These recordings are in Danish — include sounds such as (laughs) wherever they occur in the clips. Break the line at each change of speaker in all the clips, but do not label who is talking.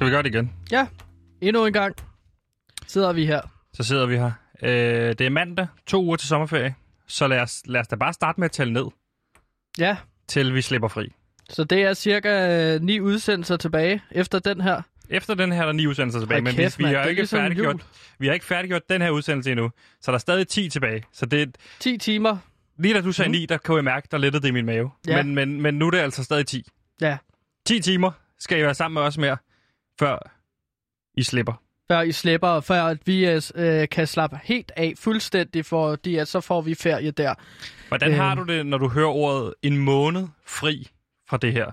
vi gøre det igen.
Ja, endnu en gang sidder vi her.
Så sidder vi her. Øh, det er mandag, to uger til sommerferie. Så lad os, lad os da bare starte med at tælle ned,
Ja,
til vi slipper fri.
så det er cirka øh, ni udsendelser tilbage efter den her.
Efter den her, der er ni udsendelser tilbage,
Ej,
men
kæft,
vi, vi,
mand,
har
det er
ikke
ligesom
færdiggjort,
jul.
vi har ikke færdiggjort den her udsendelse endnu, så der er stadig 10 tilbage. Så det,
10 timer.
lige da du sagde
Mhm.
9, der kunne jeg mærke, der lettede det i min mave.
Ja.
Men, men, men nu er det altså stadig 10.
Ja.
10 timer skal I være sammen med os mere, før I slipper.
før I slipper, og før at vi øh, kan slappe helt af fuldstændig, fordi at så får vi ferie der.
Hvordan har
Øh.
du det, når du hører ordet en måned fri fra det her?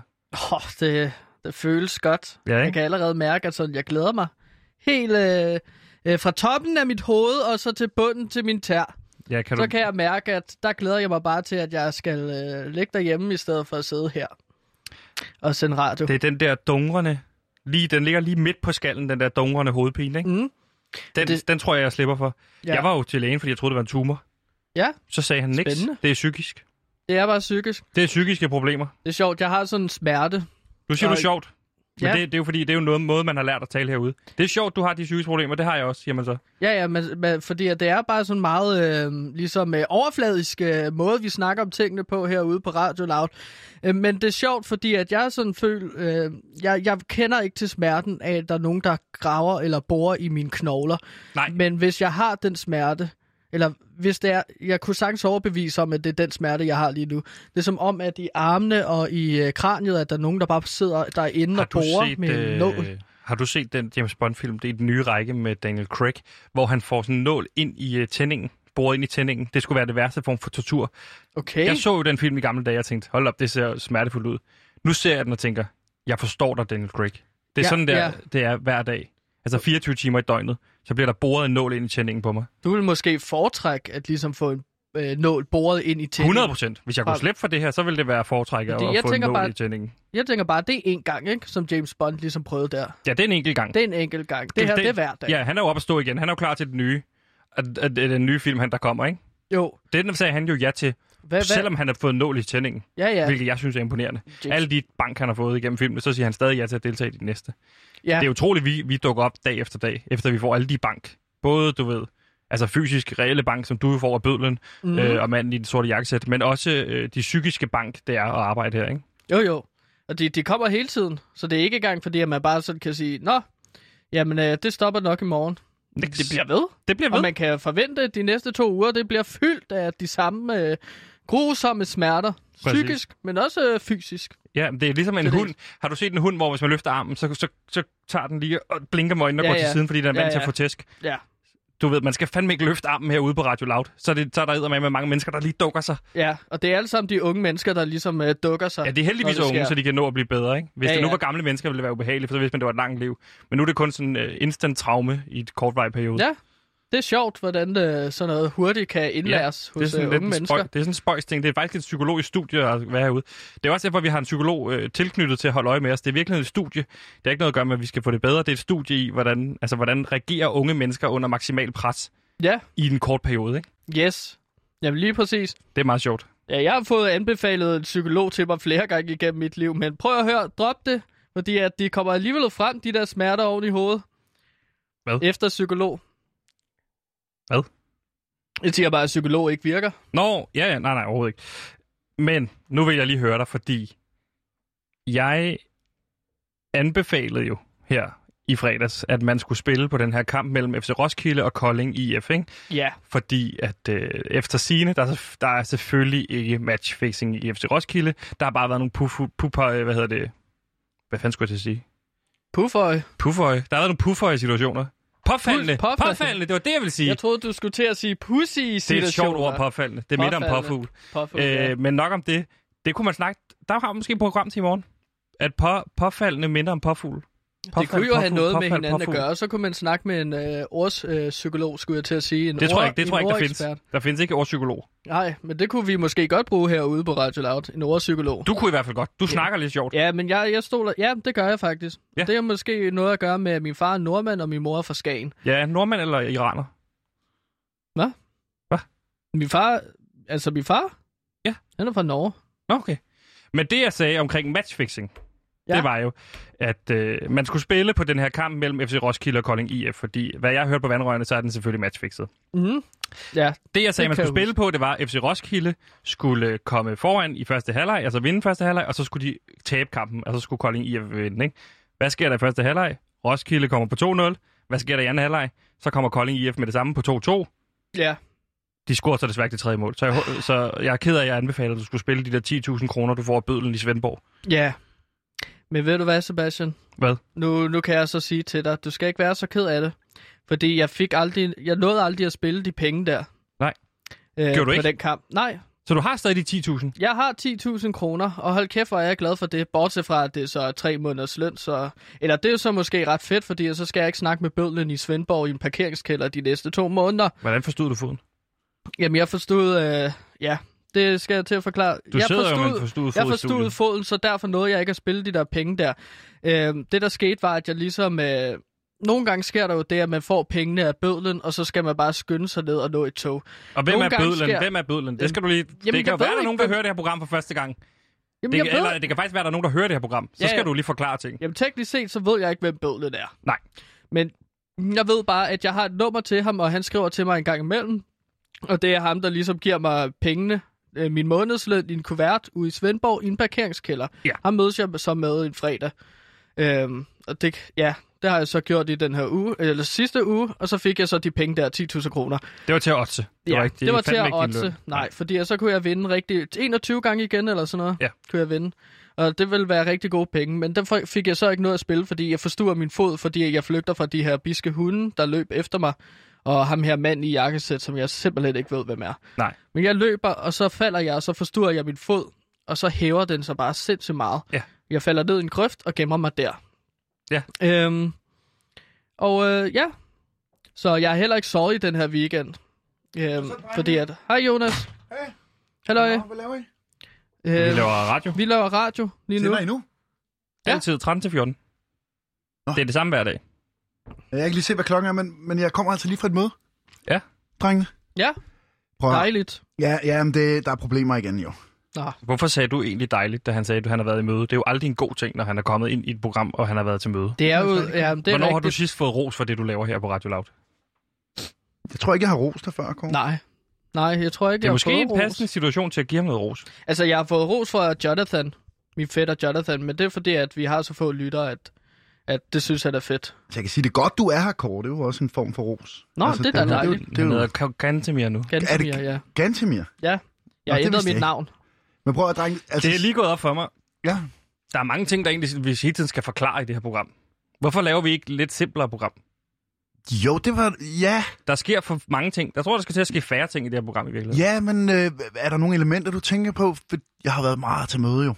Åh, det, det føles godt.
Ja,
Jeg kan allerede mærke, at sådan, jeg glæder mig helt øh, øh, fra toppen af mit hoved og så til bunden til min tær.
Ja, kan
Så
du...
kan jeg mærke, at der glæder jeg mig bare til, at jeg skal øh, ligge derhjemme i stedet for at sidde her og sende radio.
Det er den der dungrende... Lige, den ligger lige midt på skallen, den der dungrende hovedpine, ikke?
Mm.
Den,
Det-
det... den tror jeg, jeg slipper for.
Ja.
Ja. Jeg var jo til lægen, fordi jeg troede, det var en tumor.
Ja.
Så sagde han, niks,
Spændende.
det er psykisk.
det er bare psykisk.
Det er psykiske problemer.
Det er sjovt. Jeg har sådan en smerte.
Du siger,
Og-
du er sjovt. Men
Ja.
ja. det, det, er jo fordi, det er jo noget måde, man har lært at tale herude. Det er sjovt, du har de psykiske problemer. Det har jeg også, siger man så.
Ja, ja, men, men, fordi at det er bare sådan meget øh, ligesom øh, overfladisk øh, måde, vi snakker om tingene på herude på Radio Loud. Øh, men det er sjovt, fordi at jeg sådan føler, øh, jeg, jeg kender ikke til smerten af, at der er nogen, der graver eller borer i mine knogler.
Nej.
Men hvis jeg har den smerte, eller hvis det er, jeg kunne sagtens overbevise om, at det er den smerte, jeg har lige nu. Det er som om, at i armene og i øh, kraniet, at der er nogen, der bare sidder derinde
Har
og
du,
borer
set,
med en
øh,
nål.
har du set den James Bond-film? Det er den nye række med Daniel Craig, hvor han får sådan en nål ind i øh, tændingen. Boret ind i tændingen. Det skulle være det værste form for tortur.
Okay.
Jeg så jo den film i gamle dage, og tænkte, hold op, det ser smertefuldt ud. Nu ser jeg den og tænker, jeg forstår dig, Daniel Craig. Det er
Ja,
ja, sådan, der,
ja.
ja. det er hver dag. Altså 24 timer i døgnet, så bliver der boret en nål ind i tændingen på mig.
Du vil måske foretrække at ligesom få en øh, nål boret ind i tændingen.
100 procent. Hvis jeg kunne
Bare-
slippe for det her, så ville det være foretrækket
Fordi
at
jeg
få en
tænker
nål
bare-
i tændingen.
Jeg tænker bare, det er en gang, ikke? som James Bond ligesom prøvede der.
Ja, det er en enkelt gang.
Det er en enkelt gang. Det her, det, er hver dag.
Ja, han er jo oppe at stå igen. Han er jo klar til den nye, at, at, at den nye film, han der kommer, ikke?
Jo.
Det den sagde han jo ja til,
Hvad, hvad?
selvom han har fået en nål i tændingen,
Ja,
ja.
ja.
hvilket jeg synes er imponerende.
James-
Alle de bank, han har fået igennem filmen, så siger han stadig ja til at deltage i de næste.
ja.
Det er utroligt, vi, vi dukker op dag efter dag, efter vi får alle de bank. Både, du ved, altså fysisk reelle bank, som du får af bødlen
Mhm.
mm. øh, og manden i den sorte jakkesæt, men også øh, de psykiske bank, det er at arbejde her, ikke?
Jo, jo. Og de, de kommer hele tiden, så det er ikke engang, fordi at man bare sådan kan sige, Nå, jamen øh, det stopper nok i morgen.
Det,
Det bliver ved.
det bliver
Og
ved. Man...
man kan forvente, at de næste to uger, det bliver fyldt af de samme øh, grusomme smerter.
Præcis.
Psykisk, men også øh, fysisk.
Ja, det er ligesom en
Så det-
hund. Har du set en hund, hvor hvis man løfter armen, så, så, så tager den lige og blinker med øjnene og
Ja,
ja, går
ja.
til siden, fordi den er vant
Ja,
ja, ja. til
ja.
at få tæsk?
Ja.
Du ved, man skal fandme ikke løfte armen herude på Radio Loud. Så, er det, så er der med, med mange mennesker, der lige dukker sig.
Ja, og det er alle sammen de unge mennesker, der ligesom øh, dukker sig.
Ja, det er heldigvis
når det
unge,
sker.
så de kan nå at blive bedre, ikke? Hvis
Ja,
ja, det nu
ja.
var gamle mennesker, ville det være ubehageligt, for så vidste man, det var et langt liv. Men nu er det kun sådan uh, instant traume i et kort vej periode.
Ja, det er sjovt, hvordan øh, sådan noget hurtigt kan indlæres
det er
ja, hos øh,
sådan
unge
lidt en
mennesker.
spøj, det er sådan en spøjs ting. Det er faktisk et psykologisk studie at være herude. Det er også derfor, vi har en psykolog øh, tilknyttet til at holde øje med os. Det er virkelig et studie. Det er ikke noget at gøre med, at vi skal få det bedre. Det er et studie i, hvordan, altså, hvordan reagerer unge mennesker under maksimal pres
Ja,
i en kort periode. Ikke?
yes. Jamen lige præcis.
Det er meget sjovt.
Ja, jeg har fået anbefalet en psykolog til mig flere gange igennem mit liv, men prøv at høre, drop det, fordi at de kommer alligevel frem, de der smerter oven i hovedet.
Hvad?
Efter psykolog.
Hvad?
Jeg siger bare, at psykolog ikke virker.
Nå, ja, ja, nej, nej, overhovedet ikke. Men nu vil jeg lige høre dig, fordi jeg anbefalede jo her i fredags, at man skulle spille på den her kamp mellem FC Roskilde og Kolding IF, ikke?
Ja,
fordi at øh, efter sine der, er selvf- der er selvfølgelig ikke matchfixing i FC Roskilde. Der har bare været nogle puffer, puffer øh, hvad hedder det? Hvad fanden skulle jeg til at sige?
pufføj.
Pufføj. Der har været nogle pufføj situationer. Påfaldende.
Puf- påfaldende.
Påfaldende, det var det, jeg ville sige.
Jeg troede, du skulle til at sige pussy i
det er et sjovt ord, påfaldende. Det minder om
Påfaldende.
påfugl.
Pufføj, ja.
Øh, men nok om det. Det kunne man snakke... Der har vi måske et program til i morgen. At på, påfaldende minder om påfugl.
Det kunne jo have noget med hinanden
påfugl.
at gøre. Så kunne man snakke med en øh, ordspsykolog, øh, psykolog, skulle jeg til at sige. En
Det tror jeg
ord-
ikke, det
en
tror jeg ikke der
ordekspert.
findes. Der findes ikke ordpsykolog.
Nej, men det kunne vi måske godt bruge herude på Radio Loud. En ordpsykolog.
Du kunne i hvert fald godt. Du snakker lidt sjovt.
Ja, men jeg, jeg stoler... Ja, det gør jeg faktisk. Ja.
Ja.
Det har måske noget at gøre med, at min far er nordmand, og min mor er fra Skagen.
Ja, nordmand eller iraner?
Min far... Altså, min far?
Ja.
Han er fra Norge.
Nå, okay. Men det, jeg sagde omkring matchfixing, ja.
Ja.
det var jo, at øh, man skulle spille på den her kamp mellem FC Roskilde og Kolding IF, fordi hvad jeg hørte på vandrørene, så er den selvfølgelig matchfixet.
Mm. Ja,
Det, jeg sagde, man
Det kan
skulle
jeg
spille på, det var, at FC Roskilde skulle øh, komme foran i første halvleg, altså vinde første halvleg, og så skulle de tabe kampen, og så skulle Kolding IF vinde. Ikke? Hvad sker der i første halvleg? Roskilde kommer på 2-0. Hvad sker der i anden halvleg? Så kommer Kolding IF med det samme på 2-2.
ja.
De scorer så desværre ikke det tredje mål. Så jeg, hå- så jeg er ked af, at jeg anbefaler, at du skulle spille de der 10.000 kroner, du får af bødlen i Svendborg.
Ja. Men ved du hvad, Sebastian?
Hvad?
Nu, nu kan jeg så sige til dig, du skal ikke være så ked af det. Fordi jeg fik aldrig, jeg nåede aldrig at spille de penge der.
Nej.
Øh,
Gjorde du
på
ikke?
den kamp. Nej,
Så du har stadig de 10.000?
jeg har 10.000 kroner, og hold kæft, hvor er jeg glad for det. Bortset fra, at det er så er tre måneders løn, så... Eller det er jo så måske ret fedt, fordi så skal jeg ikke snakke med bødlen i Svendborg i en parkeringskælder de næste to måneder.
Hvordan forstod du foden?
Jamen, jeg forstod... Øh, ja, det skal jeg til at forklare.
Du
jeg
sidder jo
forstod,
med en forstuet fod
Jeg
i
forstod
studiet.
foden, så derfor nåede jeg ikke at spille de der penge der. Øh, det, der skete, var, at jeg ligesom... Øh, nogle gange sker der jo det, at man får pengene af bødlen, og så skal man bare skynde sig ned og nå et tog.
Og hvem
Nogle
er
gange
bødlen?
sker-
Hvem er bødlen? Det skal du lige... det kan
jeg
jo
ved
være, at der er
ikke,
nogen, der
hvem-
hører det her program for første gang.
Jamen,
Det
jeg
kan,
ved-
eller det kan faktisk være, at der er nogen, der hører det her program. Så
Ja,
skal
ja.
du lige forklare ting.
(laughs) Jamen teknisk set, så ved jeg ikke, hvem bødlen er.
Nej.
Men jeg ved bare, at jeg har et nummer til ham, og han skriver til mig en gang imellem. Og det er ham, der ligesom giver mig pengene, øh, min månedsløn i en kuvert ude i Svendborg i en parkeringskælder.
Ja.
Ham mødes jeg så med en fredag. Øhm, og det, ja, det har jeg så gjort i den her uge, eller sidste uge, og så fik jeg så de penge der, 10.000 kroner.
Det var til at otse. Det
ja,
var, ikke,
det var
er
til
fandme
at
ikke din løn.
odds. Nej, fordi så kunne jeg vinde rigtig 21 gange igen eller sådan noget.
Ja.
Kunne jeg vinde. Og det ville være rigtig gode penge, men den f- fik jeg så ikke noget at spille, fordi jeg forstuer min fod, fordi jeg flygter fra de her biske hunde, der løb efter mig. Og ham her mand i jakkesæt, som jeg simpelthen ikke ved, hvem er.
Nej.
Men jeg løber, og så falder jeg, og så forstuer jeg min fod, og så hæver den sig bare sindssygt meget.
Ja.
Jeg falder ned i en grøft og gemmer mig der.
Ja.
Øhm, og øh, ja, så jeg er heller ikke sovet i den her weekend. Øhm, fordi at... Hej Jonas.
Hej.
Hallo.
Nå, hvad laver I?
Vi
Øhm,
laver radio.
vi laver radio lige nu.
Sender I nu?
Ja.
Altid 13 til 14.
Nå.
Det er det samme hver dag.
Jeg kan ikke lige se, hvad klokken er, men, men jeg kommer altså lige fra et møde.
Ja.
Drengene.
Ja.
Prøv at...
Dejligt.
Ja, ja men det, der er problemer igen jo.
Nå,
Hvorfor sagde du egentlig dejligt, da han sagde, at han har været i møde? Det er jo aldrig en god ting, når han er kommet ind i et program, og han har været til møde.
det er jo...
Det er
Ja, det er
Hvornår har du
rigtigt.
sidst fået ros for det, du laver her på Radio Loud?
Jeg tror ikke, jeg har rost dig før, Kåre.
Nej. Nej, jeg tror ikke,
Det er
jeg
måske
har
en
fået ros.
passende situation til at give ham noget ros.
Altså, jeg har fået ros fra Jonathan, min fætter Jonathan, men det er fordi, at vi har så få lyttere, at, at det synes han er fedt.
Så Altså, jeg kan sige, det er godt, du er her, Kåre. Det er jo også en form for ros. Altså,
Nå, det er da
det, er jo-
dejligt.
Det er
Han
jo,
hedder Ka- Gantemir nu.
Er
Ganske
det-
mere, ja.
ganske mere.
Ja, jeg har
det
ændret
vidste
mit
jeg
navn.
Men prøv at drenge... Altså,
Det er lige gået op for mig.
Ja.
Der er mange ting, der egentlig, vi hele tiden skal forklare i det her program. Hvorfor laver vi ikke lidt simplere program?
Jo, det var... Ja,
Der sker for mange ting. Jeg tror, der skal til at ske færre ting i det her program i virkeligheden.
ja men øh, er der nogle elementer, du tænker på? For jeg har været meget til møde jo.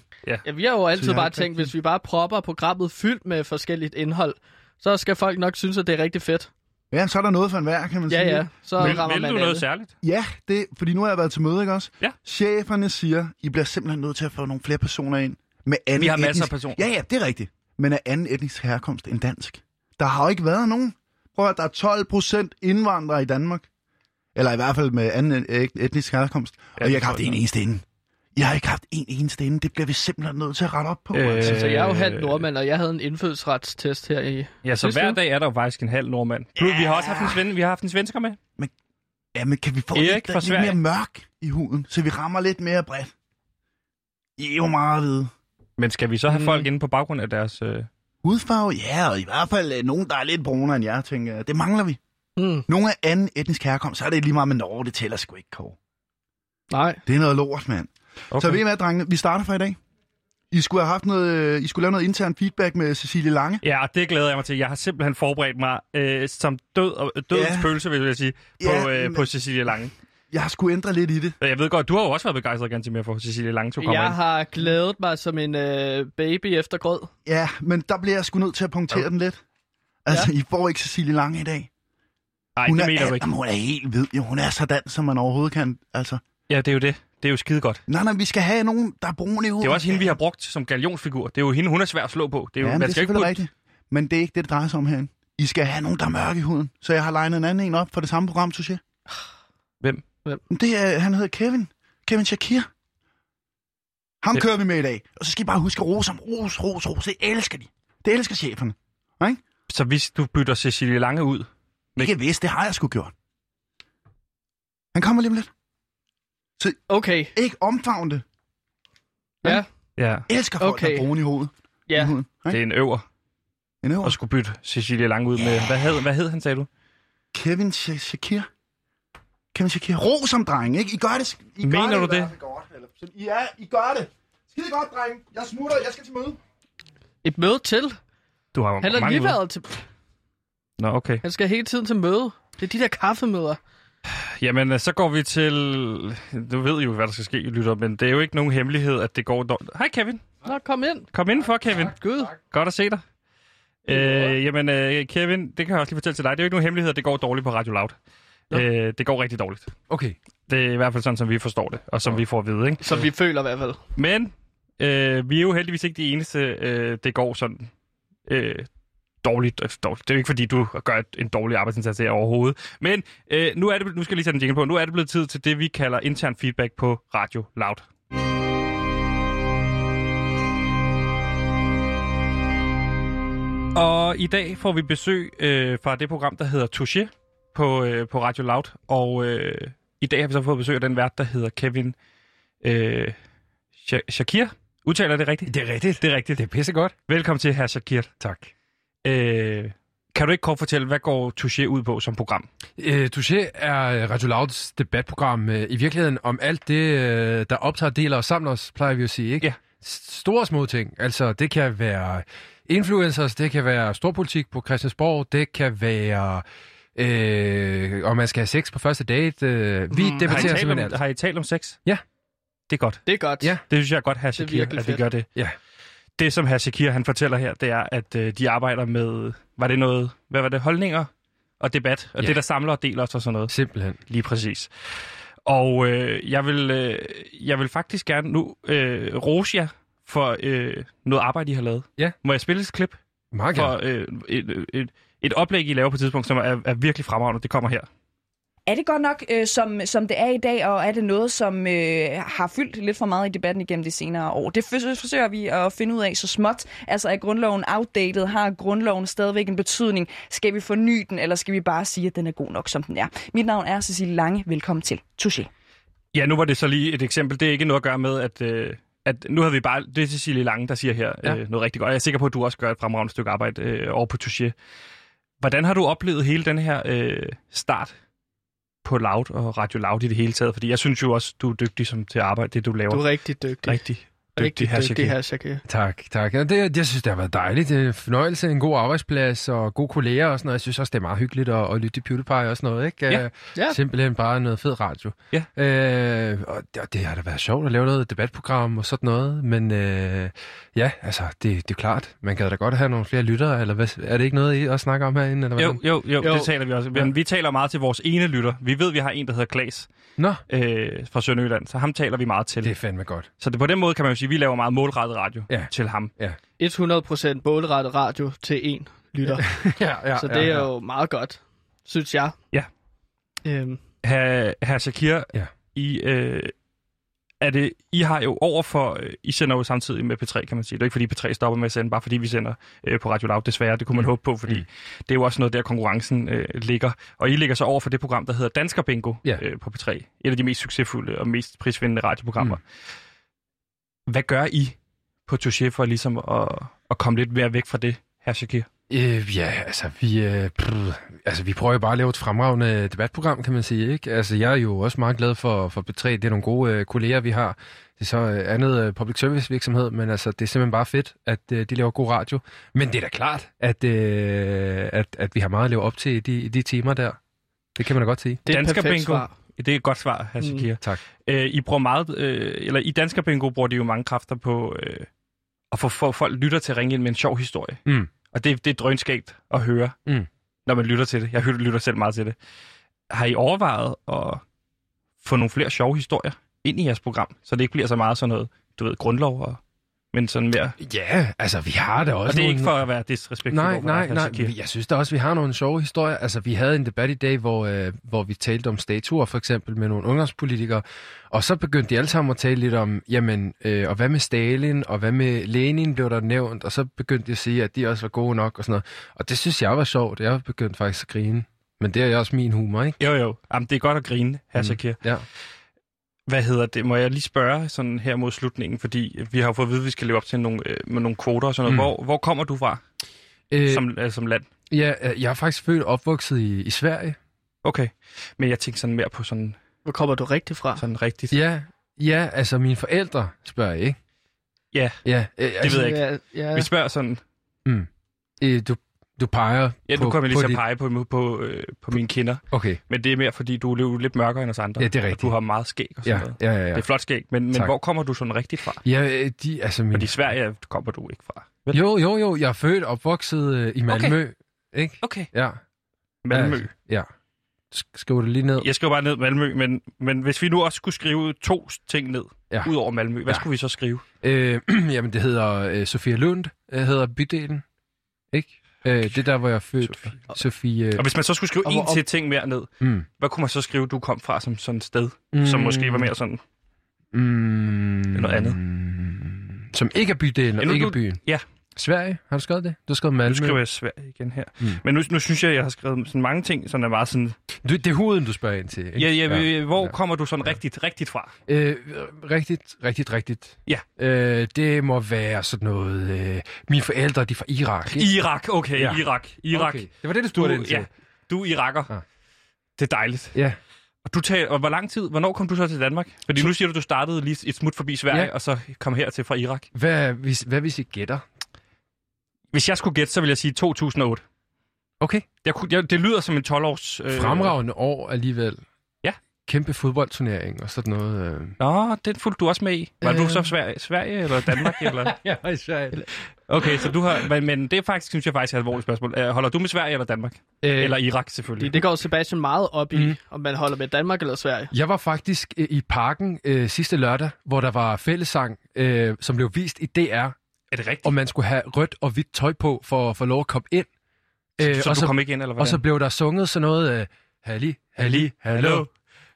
Ja, vi har jo altid
jeg har
bare
ikke
tænkt,
rigtig-
hvis vi bare propper programmet fyldt med forskelligt indhold, så skal folk nok synes, at det er rigtig fedt.
Ja, så er der noget for enhver, kan man
Ja,
sige.
ja, så
Vil,
rammer
vil
man
du
alle.
noget særligt?
Ja, det, fordi nu har jeg været til møde, ikke også?
Ja.
Cheferne siger, I bliver simpelthen nødt til at få nogle flere personer ind. Med anden
Vi har masser af
etnisk...
personer.
Ja, ja, det er rigtigt. Men af anden etnisk herkomst end dansk. Der har jo ikke været nogen. Prøv at høre, der er 12 procent indvandrere i Danmark. Eller i hvert fald med anden et- etnisk herkomst.
Ja,
Ja, og
det
jeg har ikke haft
tror jeg.
en eneste inden. Jeg har ikke haft en eneste inden. Det bliver vi simpelthen nødt til at rette op på. Øh, altså.
Så jeg er jo halv
Øh,
nordmand, og jeg havde en indfødsretstest her i...
Ja, så
Sidste
hver
uge.
dag er der jo faktisk en halv nordmand. Plus, vi har også haft en, sven, vi har haft en svensker med.
Ja, men kan vi få
Erik
lidt,
fra
lidt
Sverige.
mere mørk i huden, så vi rammer lidt mere bredt? I er jo meget hvide.
Men skal vi så have
Mm.
folk inde på baggrund af deres... Øh...
Hudfarve? Ja, og i hvert fald øh, nogen, der er lidt brunere end jeg, tænker jeg. Det mangler vi.
Mm,
Nogle af anden etnisk herkomst, så er det lige meget med Norge, det tæller sgu ikke, Kåre.
nej.
Det er noget lort, mand. Okay. Så ved I hvad, drengene? Vi starter for i dag. I skulle have haft noget, øh, I skulle lave noget intern feedback med Cecilie Lange.
Ja, og det glæder jeg mig til. Jeg har simpelthen forberedt mig øh, som død og dødens
Ja.
pølse, vil jeg sige, på,
Ja,
øh,
men-
på Cecilie Lange.
Jeg har sgu ændre lidt i det.
Jeg ved godt, du har jo også været begejstret ganske mere for Cecilie Lange, du kommer
Jeg
ind.
har glædet mig som en øh, baby efter grød.
Ja, men der bliver jeg sgu nødt til at punktere
Jo.
den lidt. Altså, ja. I får ikke Cecilie Lange i dag.
Nej,
hun,
det
er,
mener
al-
du ikke.
Jamen, hun er helt hvid. Jo, hun er sådan, som man overhovedet kan. Altså,
Ja, det er jo det. Det er jo skide godt.
nej, nej, vi skal have nogen, der er brune i hovedet.
Det er jo også hende, vi har brugt som galionsfigur. Det er jo hende, hun er svær at slå på. Det er jo,
Ja, men
man
det er
skal ikke
selvfølgelig
putte-
rigtigt. Men det er ikke det, det drejer sig om herinde. I skal have nogen, der er mørke i huden. Så jeg har legnet en anden en op for det samme program, synes jeg.
Hvem?
Hvem?
Det er, han hedder Kevin. Kevin Shakir. Ham
Det-
kører vi med i dag. Og så skal I bare huske at rose ham. Ros, ros, ros. Det elsker de. Det elsker cheferne.
Så hvis du bytter Cecilie Lange ud,
Ikke vidst, det har jeg sgu gjort. Han kommer lige om lidt.
Okay,
Ikke omfavne det.
ja,
ja,
Elsker folk, okay.
Okay.
der er brune i hovedet. I
ja.
huden.
det
Ikke?
er en øver
En øver.
at skulle bytte Cecilie Lange ud med. Hvad hed, hvad hed han, sagde du?
Kevin Sha- Shakir. Kevin Shakir. Ro som dreng, ikke? I gør det. sk- I
Mener
gør
du
det? i
det?
hvert fald Godt, eller, sådan, I, er, I gør det. Skide godt, dreng. Jeg smutter. Jeg skal til møde.
Et møde til.
Du har jo
Han har
mange
lige
ude.
været til...
Nå, okay.
Han skal hele tiden til møde. Det er de der kaffemøder.
Jamen, øh, så går vi til... Du ved jo, hvad der skal ske, lytter, men det er jo ikke nogen hemmelighed, at det går dårligt. Hej, Kevin.
Nå, kom ind.
Kom indenfor, Kevin.
Gud.
Godt at se dig. Øh, jamen, øh, Kevin, det kan jeg også lige fortælle til dig. Det er jo ikke nogen hemmelighed, at det går dårligt på Radio Loud.
Nå.
Øh, det går rigtig dårligt.
Okay.
Det er i hvert fald sådan, som vi forstår det, og som vi får at vide. Ikke?
Som vi føler i hvert fald.
Men øh, vi er jo heldigvis ikke de eneste, øh, det går sådan øh, dårligt, øh, dårligt. Det er jo ikke, fordi du gør et, en dårlig arbejdsindsats her overhovedet. Men øh, nu, er det, nu skal jeg lige sætte en jingle på. Nu er det blevet tid til det, vi kalder intern feedback på Radio Loud. Og i dag får vi besøg øh, fra det program, der hedder Touche på, øh, på Radio Loud. Og øh, i dag har vi så fået besøg af den vært, der hedder Kevin øh, Sha- Shakir. Udtaler jeg det rigtigt?
Det er rigtigt.
Det er rigtigt.
Det er pissegodt.
Velkommen til, herr Shakir.
Tak.
Øh, kan du ikke kort fortælle, hvad går Touche ud på som program?
Øh, Touché er øh, Radio Louds debatprogram øh, i virkeligheden om alt det, øh, der optager, deler og samler os, plejer vi at sige, ikke?
Ja.
S- Store og små ting. Altså, det kan være influencers, det kan være storpolitik på Christiansborg, det kan være, øh, om man skal have sex på første date. Øh, vi
Mm,
mm, debatterer
har, I talt om,
simpelthen alt.
har I talt om sex?
Ja.
Det er godt.
Det er godt.
Ja.
Det synes jeg er godt, herr Shakir,
virkelig
at vi
fedt.
gør det.
Ja.
Det, som herr Shakir han fortæller her, det er, at øh, de arbejder med, var det noget, hvad var det, holdninger og debat, og
Ja.
det, der samler og deler os og sådan noget.
Simpelthen.
Lige præcis. Og øh, jeg, vil, øh, jeg vil faktisk gerne nu øh, rose jer for øh, noget arbejde, I har lavet.
Ja.
Må jeg spille et klip
Meget gerne.
for øh, et, et, et oplæg, I laver på et tidspunkt, som er, er virkelig fremragende? Det kommer her.
Er det godt nok, øh, som, som det er i dag, og er det noget, som øh, har fyldt lidt for meget i debatten igennem de senere år? Det føs- forsøger vi at finde ud af så småt. Altså er grundloven outdated? Har grundloven stadigvæk en betydning? Skal vi forny den, eller skal vi bare sige, at den er god nok, som den er? Mit navn er Cecilie Lange. Velkommen til Touché.
Ja, nu var det så lige et eksempel. Det er ikke noget at gøre med, at, øh, at nu har vi bare... Det er Cecilie Lange, der siger her
Ja.
øh, noget rigtig godt. Jeg er sikker på, at du også gør et fremragende stykke arbejde øh, over på Touche. Hvordan har du oplevet hele den her øh, start på Loud og Radio Loud i det hele taget? Fordi jeg synes jo også, du er dygtig som, til at arbejde det, du laver.
Du er rigtig dygtig.
rigtig dygtig,
rigtig
her,
dygtig her, Shakir.
Tak, tak. Ja, det, jeg synes, det har været dejligt. Det er en fornøjelse, en god arbejdsplads og gode kolleger og sådan noget. Jeg synes også, det er meget hyggeligt at, at lytte til PewDiePie og sådan noget. Ikke?
Ja,
Øh,
ja.
Simpelthen bare noget fed radio.
Ja.
Øh, og, det, og det har da været sjovt at lave noget debatprogram og sådan noget. Men øh, ja, altså, det, det er jo klart. Man kan da godt have nogle flere lyttere. Eller hvad, er det ikke noget, I også snakker om herinde? Eller
Jo,
hvordan?
jo, jo, jo,
Jo.
det taler vi også. Men
Ja.
vi taler meget til vores ene lytter. Vi ved, vi har en, der hedder Klaas
Nå,
øh, fra Sønderjylland, så ham taler vi meget til.
det er fandme godt.
Så det, på den måde kan man jo sige, at vi laver meget målrettet radio
Ja.
til ham.
100% målrettet radio til en lytter.
(laughs) ja, ja,
så det er jo meget godt, synes jeg.
Ja.
Øhm,
Herr, herr Shakir, ja.
Ja.
I, øh, er det, I har jo over for... Øh, I sender jo samtidig med P3, kan man sige. Det er jo ikke, fordi P3 stopper med at sende, bare fordi vi sender øh, på Radio Loud, desværre. Det kunne man mm. håbe på, fordi mm. det er jo også noget, der konkurrencen øh, ligger. Og I ligger så over for det program, der hedder Dansker Bingo
Ja.
øh, på P3. Et af de mest succesfulde og mest prisvindende radioprogrammer. Mm. Hvad gør I på Touche for ligesom at, at komme lidt mere væk fra det, herr Shakir?
Øh, ja, altså vi, øh, prøv, altså vi prøver jo bare at lave et fremragende debatprogram, kan man sige. Ikke? Altså jeg er jo også meget glad for, for B3. Det er nogle gode øh, kolleger, vi har. Det er så øh, andet øh, public service virksomhed, men altså det er simpelthen bare fedt, at øh, de laver god radio. Men det er da klart, at, øh, at, at vi har meget at leve op til i de, i de timer der. Det kan man da godt sige.
det er et
Dansker
perfekt
bingo.
svar. Mm.
Det er et godt svar, herr Shakir.
Tak.
Øh, I bruger meget, øh, eller i Dansker Bingo bruger de jo mange kræfter på øh, at få få folk lytter til at ringe ind med en sjov historie.
Mm.
Og det, det er drønskægt at høre,
Mm.
når man lytter til det. Jeg hø- lytter selv meget til det. Har I overvejet at få nogle flere sjove historier ind i jeres program, så det ikke bliver så meget sådan noget, du ved, grundlov og men sådan mere.
Ja, altså vi har da også
Og det er
nogle...
ikke for at være disrespektfuld
Nej,
over for
nej,
dig,
nej.
Hassan Kirk.
Jeg synes da også, vi har nogle sjove historier. Altså, vi havde en debat i dag, hvor, øh, hvor vi talte om statuer, for eksempel, med nogle ungdomspolitikere. Og så begyndte de alle sammen at tale lidt om, jamen, øh, og hvad med Stalin, og hvad med Lenin blev der nævnt, og så begyndte de at sige, at de også var gode nok, og sådan noget. Og det synes jeg var sjovt. Jeg begyndte faktisk at grine. Men det er jo også min humor, ikke?
Jo, jo. Jamen, det er godt at grine,
Mm.
Hassan Kirk.
Ja.
Hvad hedder det? Må jeg lige spørge sådan her mod slutningen, fordi vi har jo fået at vide, at vi skal leve op til nogle, øh, med nogle kvoter og sådan noget.
Mm.
Hvor, hvor kommer du fra
Øh, som...
som, øh, som land?
ja, øh, jeg er faktisk født og opvokset i, i Sverige.
Okay, men jeg tænkte sådan mere på sådan,
Hvor kommer du rigtig fra?
sådan rigtigt.
Ja, ja, altså mine forældre spørger jeg, ikke?
Ja.
Ja, øh, det
ved jeg ikke.
Ja,
Vi
ja.
spørger sådan,
Øh, du, du peger
ja,
på,
nu kommer jeg lige
på
til at
dit-
pege på, på, øh, på mine kinder,
Okay,
men det er mere, fordi du er jo lidt mørkere end os andre.
Ja, det er
og
rigtigt.
Du har meget skæg og sådan
ja,
noget.
ja, ja.
Det
ja.
er flot skæg, men, men
Tak.
hvor kommer du sådan rigtigt fra?
ja øh, de, altså min...
Fordi Sverige kommer du ikke fra. Vel?
Jo, jo, jo, jeg er født og opvokset øh, i Malmø, okay. ikke?
Okay.
Ja.
Malmø.
Altså, ja. Sk- Skriv det lige ned.
Jeg skriver bare ned Malmø, men, men hvis vi nu også skulle skrive to ting ned,
Ja.
ja. ud over Malmø, hvad
Ja.
ja. skulle vi så skrive?
Øh, (clears throat) jamen, det hedder øh, Sofia Lund, øh, hedder bydelen, ikke? Øh, det er der, hvor jeg er født. Sofie. Sofie øh,
Og hvis man så skulle skrive
Og hvor-
en til ting mere ned,
mm,
hvad kunne man så skrive, du kom fra som sådan et sted, mm. som måske var mere sådan...
Mm,
noget andet.
Som ikke er bydelen og
Ja, nu
ikke er
du-
byen.
ja.
Sverige, har du skrevet det? Du har skrevet
Nu
Malmø.
skriver jeg Sverige igen her.
Mm.
Mm. Men nu, nu synes jeg, jeg har skrevet sådan mange ting, som er meget sådan...
Du, det er huden, du spørger ind til. Ikke?
Ja, ja, ja. Hvor
Ja.
kommer du sådan ja. rigtigt, rigtigt fra?
Øh, rigtigt, rigtigt, rigtigt.
Ja.
Øh, det må være sådan noget... Øh, mine forældre, de er fra Irak. ikke?
Irak, okay,
Ja.
ja. Irak, Irak.
Okay. Det var det,
Du,
du spurgte ind til.
ja, du er iraker.
Ja.
Ja. Det er dejligt.
Ja.
Og, du tager, og hvor lang tid, hvornår kom du så til Danmark? Fordi nu siger du, du startede lige et smut forbi Sverige,
Ja.
ja. og så kom hertil fra Irak.
Hvad, hvis, hvad hvis I gætter?
Hvis jeg skulle gætte, så ville jeg sige 2008.
Okay.
Jeg kunne, jeg, det lyder som en 12-års... Øh,
Fremragende år alligevel.
Ja.
Kæmpe fodboldturnering og sådan noget. Øh.
Nå, den fulgte du også med i. Var øh... du
Øh.
så Sverige, Sverige eller
(laughs)
Danmark? eller?
Ja, i Sverige.
Okay, så du har... Men, men det er faktisk, synes jeg faktisk er et alvorligt spørgsmål. Øh, Holder du med Sverige eller Danmark?
Øh,
Øh... Eller Irak
Fordi
selvfølgelig.
det går Sebastian meget op i,
Mhm.
mm. om man holder med Danmark eller Sverige.
Jeg var faktisk øh, i parken øh, sidste lørdag, hvor der var fællesang, øh, som blev vist i DR,
Er det rigtigt?
og man skulle have rødt og hvidt tøj på for at få lov at komme ind.
Øh,
og
så, så du kom ikke ind, eller hvad?
Og så blev der sunget sådan noget, øh, Halli, Halli, Hallo,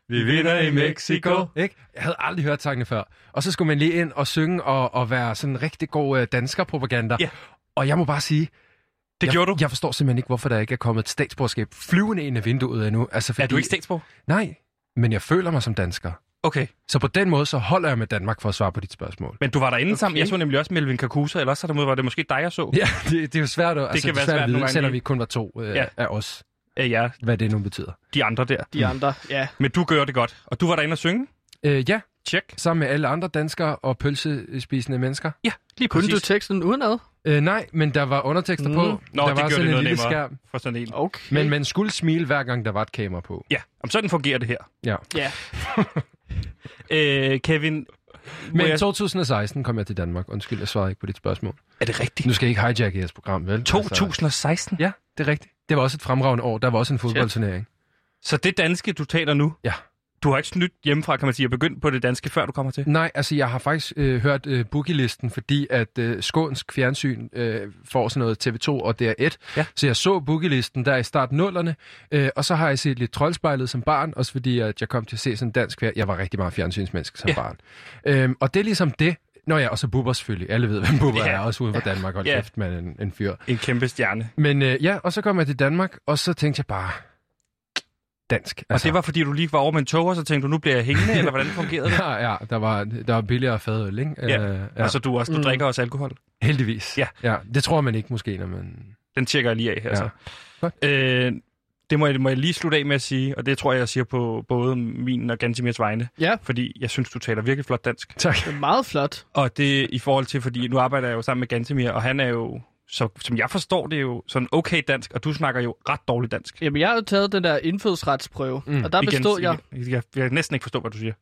vi vinder i Mexico. Ikke? Jeg havde aldrig hørt sangene før. Og så skulle man lige ind og synge og, og være sådan en rigtig god øh, danskerpropaganda.
Ja.
Og jeg må bare sige,
Det
jeg,
gjorde du.
Jeg forstår simpelthen ikke, hvorfor der ikke er kommet et statsborgerskab flyvende ind af vinduet endnu. Altså, fordi,
Er du ikke statsborger?
Nej, men jeg føler mig som dansker.
Okay,
Så på den måde, så holder jeg med Danmark for at svare på dit spørgsmål.
men du var derinde okay. sammen. Jeg så nemlig også Melvin Kakusa, eller også så var det måske dig, jeg så.
Ja, det, det er jo svært at, det altså,
kan
det er
være
svært
svært
at
nogle
vide,
gange
selvom
lige-
vi kun var to øh, ja.
Ja.
af os,
Ja. Øh, ja,
hvad det nu betyder.
de andre der.
Mm.
De andre, ja.
Men du gør det godt. Og du var derinde og synge?
Øh, ja,
Tjek.
sammen med alle andre danskere og pølsespisende mennesker.
Ja, lige
Kunne du
præcis.
teksten udenad?
Øh, nej, men der var undertekster
Mm.
på.
Nå,
der
det
var
gjorde
sådan
det
en
noget
lille
nemmere.
skærm.
For sådan en.
Okay.
Men man skulle smile hver gang, der var et kamera på.
Ja, om sådan fungerer det her.
Ja.
Ja.
(laughs) øh, Kevin,
Men i
jeg-
2016 kom jeg til Danmark. Undskyld, jeg svarede ikke på dit spørgsmål.
er det rigtigt?
Nu skal jeg ikke hijack jeres program, vel? Altså-
Altså- 2016?
Ja, det er rigtigt. Det var også et fremragende år. Der var også en fodboldturnering.
Så det danske, du taler nu,
Ja.
du har ikke snydt hjemmefra, kan man sige, og begyndt på det danske, før du kommer til?
Nej, altså jeg har faktisk øh, hørt øh, bookielisten, fordi at øh, skånsk fjernsyn øh, får sådan noget TV2 og DR1.
Ja.
Så jeg så bookielisten der i starten nullerne, øh, og så har jeg set lidt troldspejlet som barn, også fordi at jeg kom til at se sådan dansk fjer- Jeg var rigtig meget fjernsynsmenneske som ja.
Ja.
barn. Øhm, og det er ligesom det. Nå ja, og så Bubber selvfølgelig. Alle ved, hvem Bubber
Ja.
er, også uden for Danmark. Hold
Ja.
kæft, man en, en fyr.
En kæmpe stjerne.
Men øh, ja, og så kom jeg til Danmark, og så tænkte jeg bare, dansk. altså.
Og det var, fordi du lige var over med en tog, og så tænkte du, nu bliver jeg (laughs) hængende, eller hvordan fungerede det?
(laughs) Ja, ja, der var, der var billigere fadøl, ikke?
Ja.
Øh,
Ja. Og så du også, du
Mm.
mm. drikker også alkohol.
Heldigvis.
Ja.
ja. Det tror man ikke måske, når man...
Den tjekker jeg lige af her.
Ja.
Ja. altså. Så.
Godt.
Øh, det må jeg, må jeg lige slutte af med at sige, og det tror jeg, jeg siger på både min og Gantimirs vegne.
Ja.
Fordi jeg synes, du taler virkelig flot dansk.
Tak.
Det er meget flot.
Og det i forhold til, fordi nu arbejder jeg jo sammen med Gantemir, og han er jo, så, som jeg forstår det, er jo sådan okay dansk, og du snakker jo ret dårligt dansk.
Jamen, jeg har jo taget den der indfødsretsprøve,
Mm,
mm, og der bestod jeg...
Jeg, jeg, jeg kan næsten ikke forstå, hvad du siger.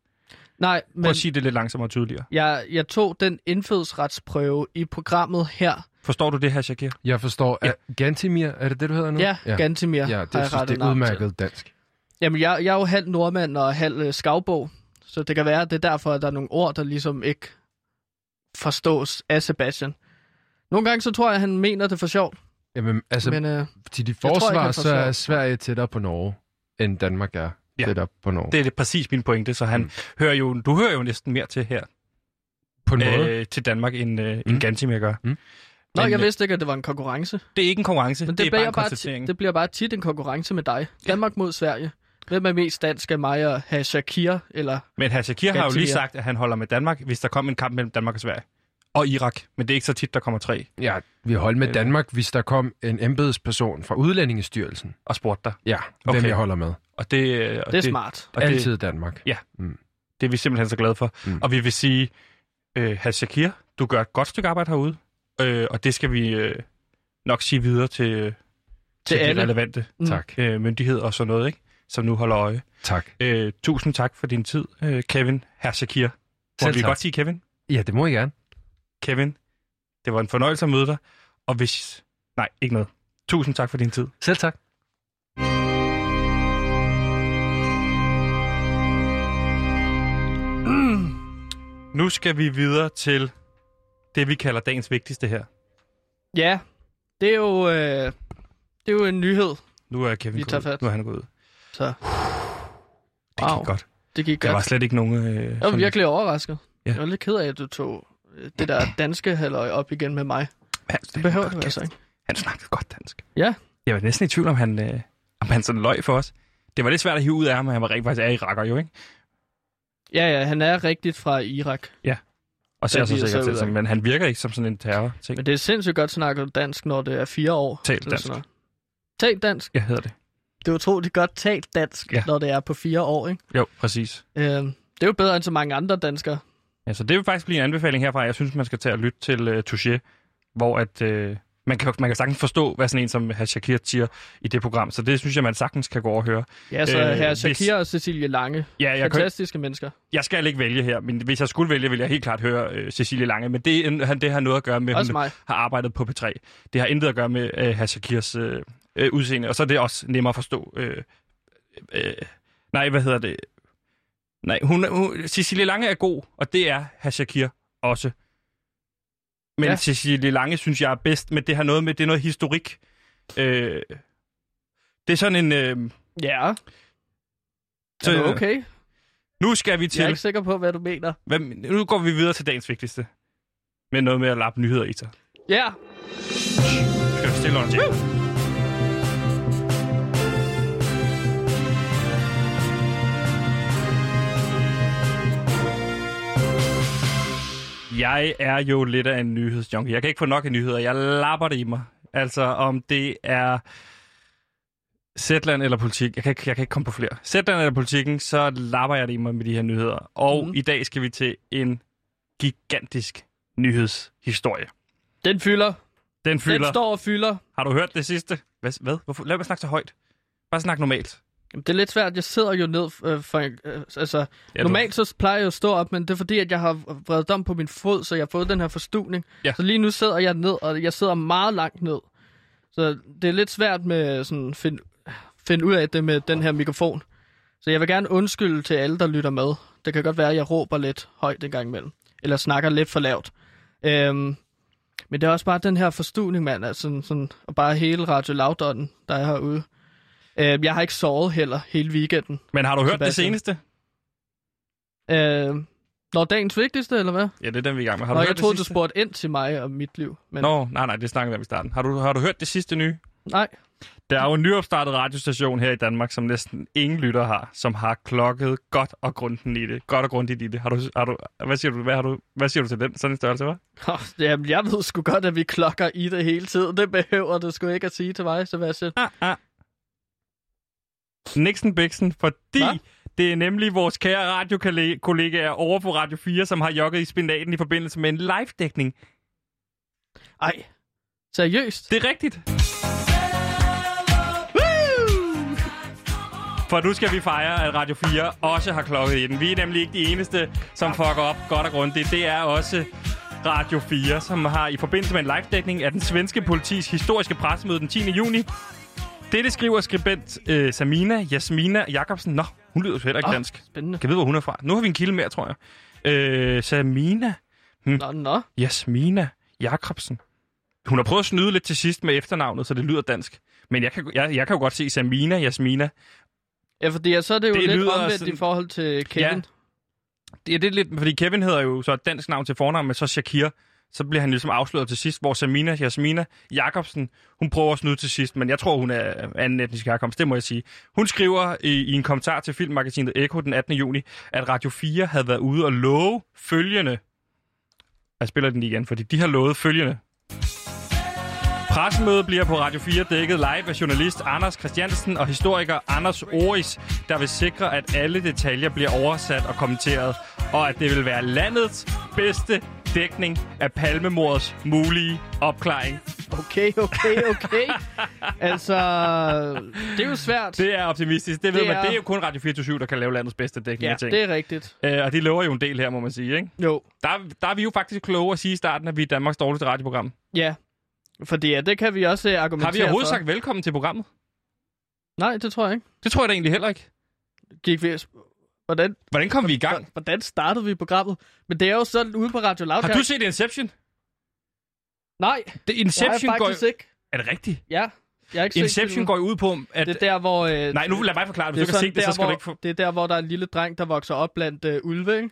Nej,
Prøv
men
at sige det lidt langsommere og tydeligere.
jeg, jeg tog den indfødsretsprøve i programmet her.
Mm.
Forstår du det her, Shakir?
Jeg forstår. Ja. Gantimir, er det det, du hedder nu?
Ja, ja. Gantemir
Ja, det, jeg synes,
rettet
det er
navn til.
udmærket dansk.
Jamen, jeg, jeg er jo halv nordmand og halv øh, skavbog, så det kan være, at det er derfor, at der er nogle ord, der ligesom ikke forstås af Sebastian. Nogle gange så tror jeg, at han mener det for sjovt,
Jamen, altså,
så, men øh,
til de
tror ikke,
forsvar,
han
så er
forsvarer.
Sverige tættere på Norge, end Danmark er
Ja.
ja. tættere på Norge.
Det er det præcis min pointe, så han
Mm.
mm. hører jo, du hører jo næsten mere til her
på en måde.
øh, til Danmark, end, øh, mm. end
Mm.
Gansimir gør.
Mm.
Nå,
Men,
jeg
øh,
vidste ikke, at det var en konkurrence.
Det er ikke en konkurrence,
Men det,
det er bare en
bliver bare ti-
konstatering.
det bliver bare tit en konkurrence med dig. Danmark mod Sverige. Hvem er mest dansk af mig og have Shakir? Eller...
Men Hasakir har jo lige
Gansimir.
sagt, at han holder med Danmark, hvis der kom en kamp mellem Danmark og Sverige. Og Irak, men det er ikke så tit, der kommer tre
Ja, vi holder med
Øh.
Danmark, hvis der kom en embedsperson fra Udlændingestyrelsen.
og spurgte dig.
Ja, okay. hvem
Okay.
jeg holder med.
Og det, øh, og
Det er smart.
Og det,
Altid Danmark.
det er vi simpelthen så glade for. Mm.
Mm.
Og vi vil sige, øh, Hasakir, du gør et godt stykke arbejde herude, øh, og det skal vi øh, nok sige videre til, til, til
alle.
de relevante
Mm.
Tak,
øh, myndigheder og sådan noget, ikke? som nu holder øje.
tak.
Øh, tusind tak for din tid, øh, Kevin Hasakir. Må
Selv
vi
tak.
godt sige Kevin?
Ja, det må I gerne.
Kevin, det var en fornøjelse at møde dig, og hvis... Nej, ikke noget. Tusind tak for din tid.
Selv tak.
Nu skal vi videre til det, vi kalder dagens vigtigste her.
Ja, det er jo, øh, det er jo en nyhed.
Nu er Kevin
Vi
gået
tager
ud.
fat.
Nu er han gået ud.
Så. Wow,
Det gik godt.
Det gik
Der
godt.
var slet ikke nogen... Øh,
Jeg var
sådan-
virkelig overrasket.
Ja.
Jeg var lidt ked af, at du tog øh, det der danske halløj op igen med mig.
Han,
Det behøver du altså ikke.
Han snakkede godt dansk.
Ja.
Jeg var næsten i tvivl, om han, øh, om han sådan løg for os. Det var lidt svært at hive ud af ham, at han var rent faktisk er iraker jo, ikke?
Ja, ja, han er rigtigt fra Irak.
Og
Ja,
ser sig
de er så
sikkert
ud
til
af
sådan, men han virker ikke som sådan en terror-ting.
Men det er sindssygt godt snakket dansk, når det er fire år.
Tal
Eller
dansk.
sådan noget. Tal dansk.
Jeg hedder det.
Det er utroligt godt talt dansk,
Ja.
når det er på fire år, ikke?
Jo, præcis.
Øh, det er jo bedre end så mange andre danskere.
Ja, så det vil faktisk blive en anbefaling herfra. Jeg synes, man skal tage og lytte til uh, Touché, hvor at, uh, man, kan, man kan sagtens forstå, hvad sådan en som Hr. Shakir siger i det program. Så det synes jeg, man sagtens kan gå over og høre.
Ja, så
Øh,
øh, her
hvis-
Shakira og Cecilie Lange.
Ja, jeg, kan,
Fantastiske mennesker.
jeg skal ikke vælge her, men hvis jeg skulle vælge, ville jeg helt klart høre uh, Cecilie Lange. Men det, er en- han, det har noget at gøre med, at
Også
hun
mig.
har arbejdet på P3. Det har intet at gøre med uh, Hr. Shakirs uh, uh, udseende, og så er det også nemmere at forstå. Uh, uh, nej, hvad hedder det? Nej, hun, hun, Cecilie Lange er god, og det er Hr. Shakir også. Men ja.
Ja.
Cecilie Lange synes jeg er bedst, men det har noget med, det er noget historik. Øh, det er sådan en... Øh,
Ja, så,
så,
er du okay?
Nu skal vi
Jeg er
til...
ikke sikker på, hvad du mener.
Hvad, nu går vi videre til dagens vigtigste. Med noget med at lappe nyheder i sig.
Ja,
Skal vi stille under tjek? Jeg er jo lidt af en nyhedsjunkie. Jeg kan ikke få nok af nyheder. Jeg lapper det i mig. Altså, om det er Zetland eller politik. Jeg kan, ikke, jeg kan ikke komme på flere. Zetland eller politikken, så lapper jeg det i mig med de her nyheder. Og
Mhm.
mm. i dag skal vi til en gigantisk nyhedshistorie.
den fylder.
Den
Den
fylder...
står og fylder.
Har du hørt det sidste? Hvad? hvad? Hvorfor? Lad mig snakke så højt. Bare snak normalt.
Jamen, det er lidt svært. Jeg sidder jo ned øh, for... en- Øh, altså,
Ja,
ja, normalt så plejer jeg jo at stå op, men det er fordi, at jeg har vredet om på min fod, så jeg har fået den her forstuvning.
Ja.
Så lige nu sidder jeg ned, og jeg sidder meget langt ned. Så det er lidt svært med sådan find, finde ud af det med den her mikrofon. Så jeg vil gerne undskylde til alle, der lytter med. Det kan godt være, at jeg råber lidt højt en gang imellem. Eller snakker lidt for lavt. Øhm, men det er også bare den her forstuvning, mand. Altså, sådan, sådan, og bare hele Radio Loud-ånden, der er herude. Øhm, jeg har ikke sovet heller hele weekenden.
du. Men har du hørt det
Sebastian.
seneste?
Øh, når dagens vigtigste, eller hvad?
Ja, det er den, vi er i gang med. Har
Nå,
du hørt
jeg troede,
det
du
sidste?
spurgte ind til mig og mit liv. Men
Nå, nej, nej, det snakkede vi om i starten. Har du, har du hørt det sidste nye?
nej,
Der er jo en nyopstartet radiostation her i Danmark, som næsten ingen lytter har, som har klokket godt og grundigt i det. Godt og grundigt i det. Har du, har du, hvad, siger du, hvad, har du, hvad siger du til den? Sådan en størrelse, hva'?
Jamen, jeg ved sgu godt, at vi klokker i det hele tiden. Det behøver du sgu ikke at sige til mig, Sebastian.
Ah, ah. Nixon Bixen, fordi
Hva?
det er nemlig vores kære radiokollegaer over på Radio 4, som har jogget i spinaten i forbindelse med en live-dækning.
Ej, seriøst?
Det er rigtigt. For nu skal vi fejre, at Radio 4 også har klokket i den. Vi er nemlig ikke de eneste, som fucker op godt og grundigt. Det er også Radio 4, som har i forbindelse med en live-dækning af den svenske politis historiske pressemøde den 10. juni. Dette skriver skribent øh, Samina Jasmina Jacobsen. Nå, hun lyder jo heller ikke
Åh,
dansk.
Spændende.
Kan jeg vide, hvor hun er fra? Nu har vi en kilde mere, tror jeg. Øh, Samina
Nå, nå.
Jasmina Jakobsen. Hun har prøvet at snyde lidt til sidst med efternavnet, så det lyder dansk. Men jeg kan, jeg, jeg kan jo godt se Samina, Jasmina.
Ja, fordi ja, så er det jo
Det
det lidt
lyder
omvendt sådan...
sådan-
i forhold til Kevin. Ja.
Det er det er lidt, fordi Kevin hedder jo så et dansk navn til fornavn, men så Shakir. Så bliver han ligesom afsløret til sidst, hvor Samina, Jasmina Jakobsen, hun prøver at snyde til sidst, men jeg tror, hun er anden etnisk herkomst, det må jeg sige. Hun skriver i, i en kommentar til filmmagasinet Echo den 18. juni, at Radio 4 havde været ude og love følgende. Jeg spiller den lige igen, fordi de har lovet følgende. Pressemødet bliver på Radio 4 dækket live af journalist Anders Christiansen og historiker Anders Oris, der vil sikre, at alle detaljer bliver oversat og kommenteret, og at det vil være landets bedste dækning af palmemordets mulige opklaring.
Okay, okay,
(laughs)
okay. altså, det er jo svært.
Det er optimistisk. Det ved det
Det
man.
er-
Det er jo kun Radio 427, der kan lave landets bedste dækning
ja,
af ting.
det er rigtigt.
Øh, og de lover jo en del her, må man sige. Ikke?
Jo,
Der, der er vi jo faktisk kloge at sige i starten, at vi er Danmarks dårligste radioprogram.
ja. Fordi ja, det kan vi også øh, argumentere
Har vi overhovedet
for.
sagt velkommen til programmet?
Nej, det tror jeg ikke.
Det tror jeg da egentlig heller ikke.
Gik vi... Hvordan,
Hvordan kom vi i gang?
hvordan startede vi programmet? Men det er jo sådan ude på Radio Loud.
Har du set Inception?
Nej,
Det,
det har jeg
Inception går...
faktisk ikke.
Er det rigtigt?
Ja, jeg har ikke set
Inception
filmen.
går jo ud på, at...
Det er der, hvor... Øh,
Nej, nu lad mig forklare det. Hvis du ikke har
sådan
set det, så skal
hvor,
du ikke få...
det er der, hvor der er en lille dreng, der vokser op blandt øh, ulve, ikke?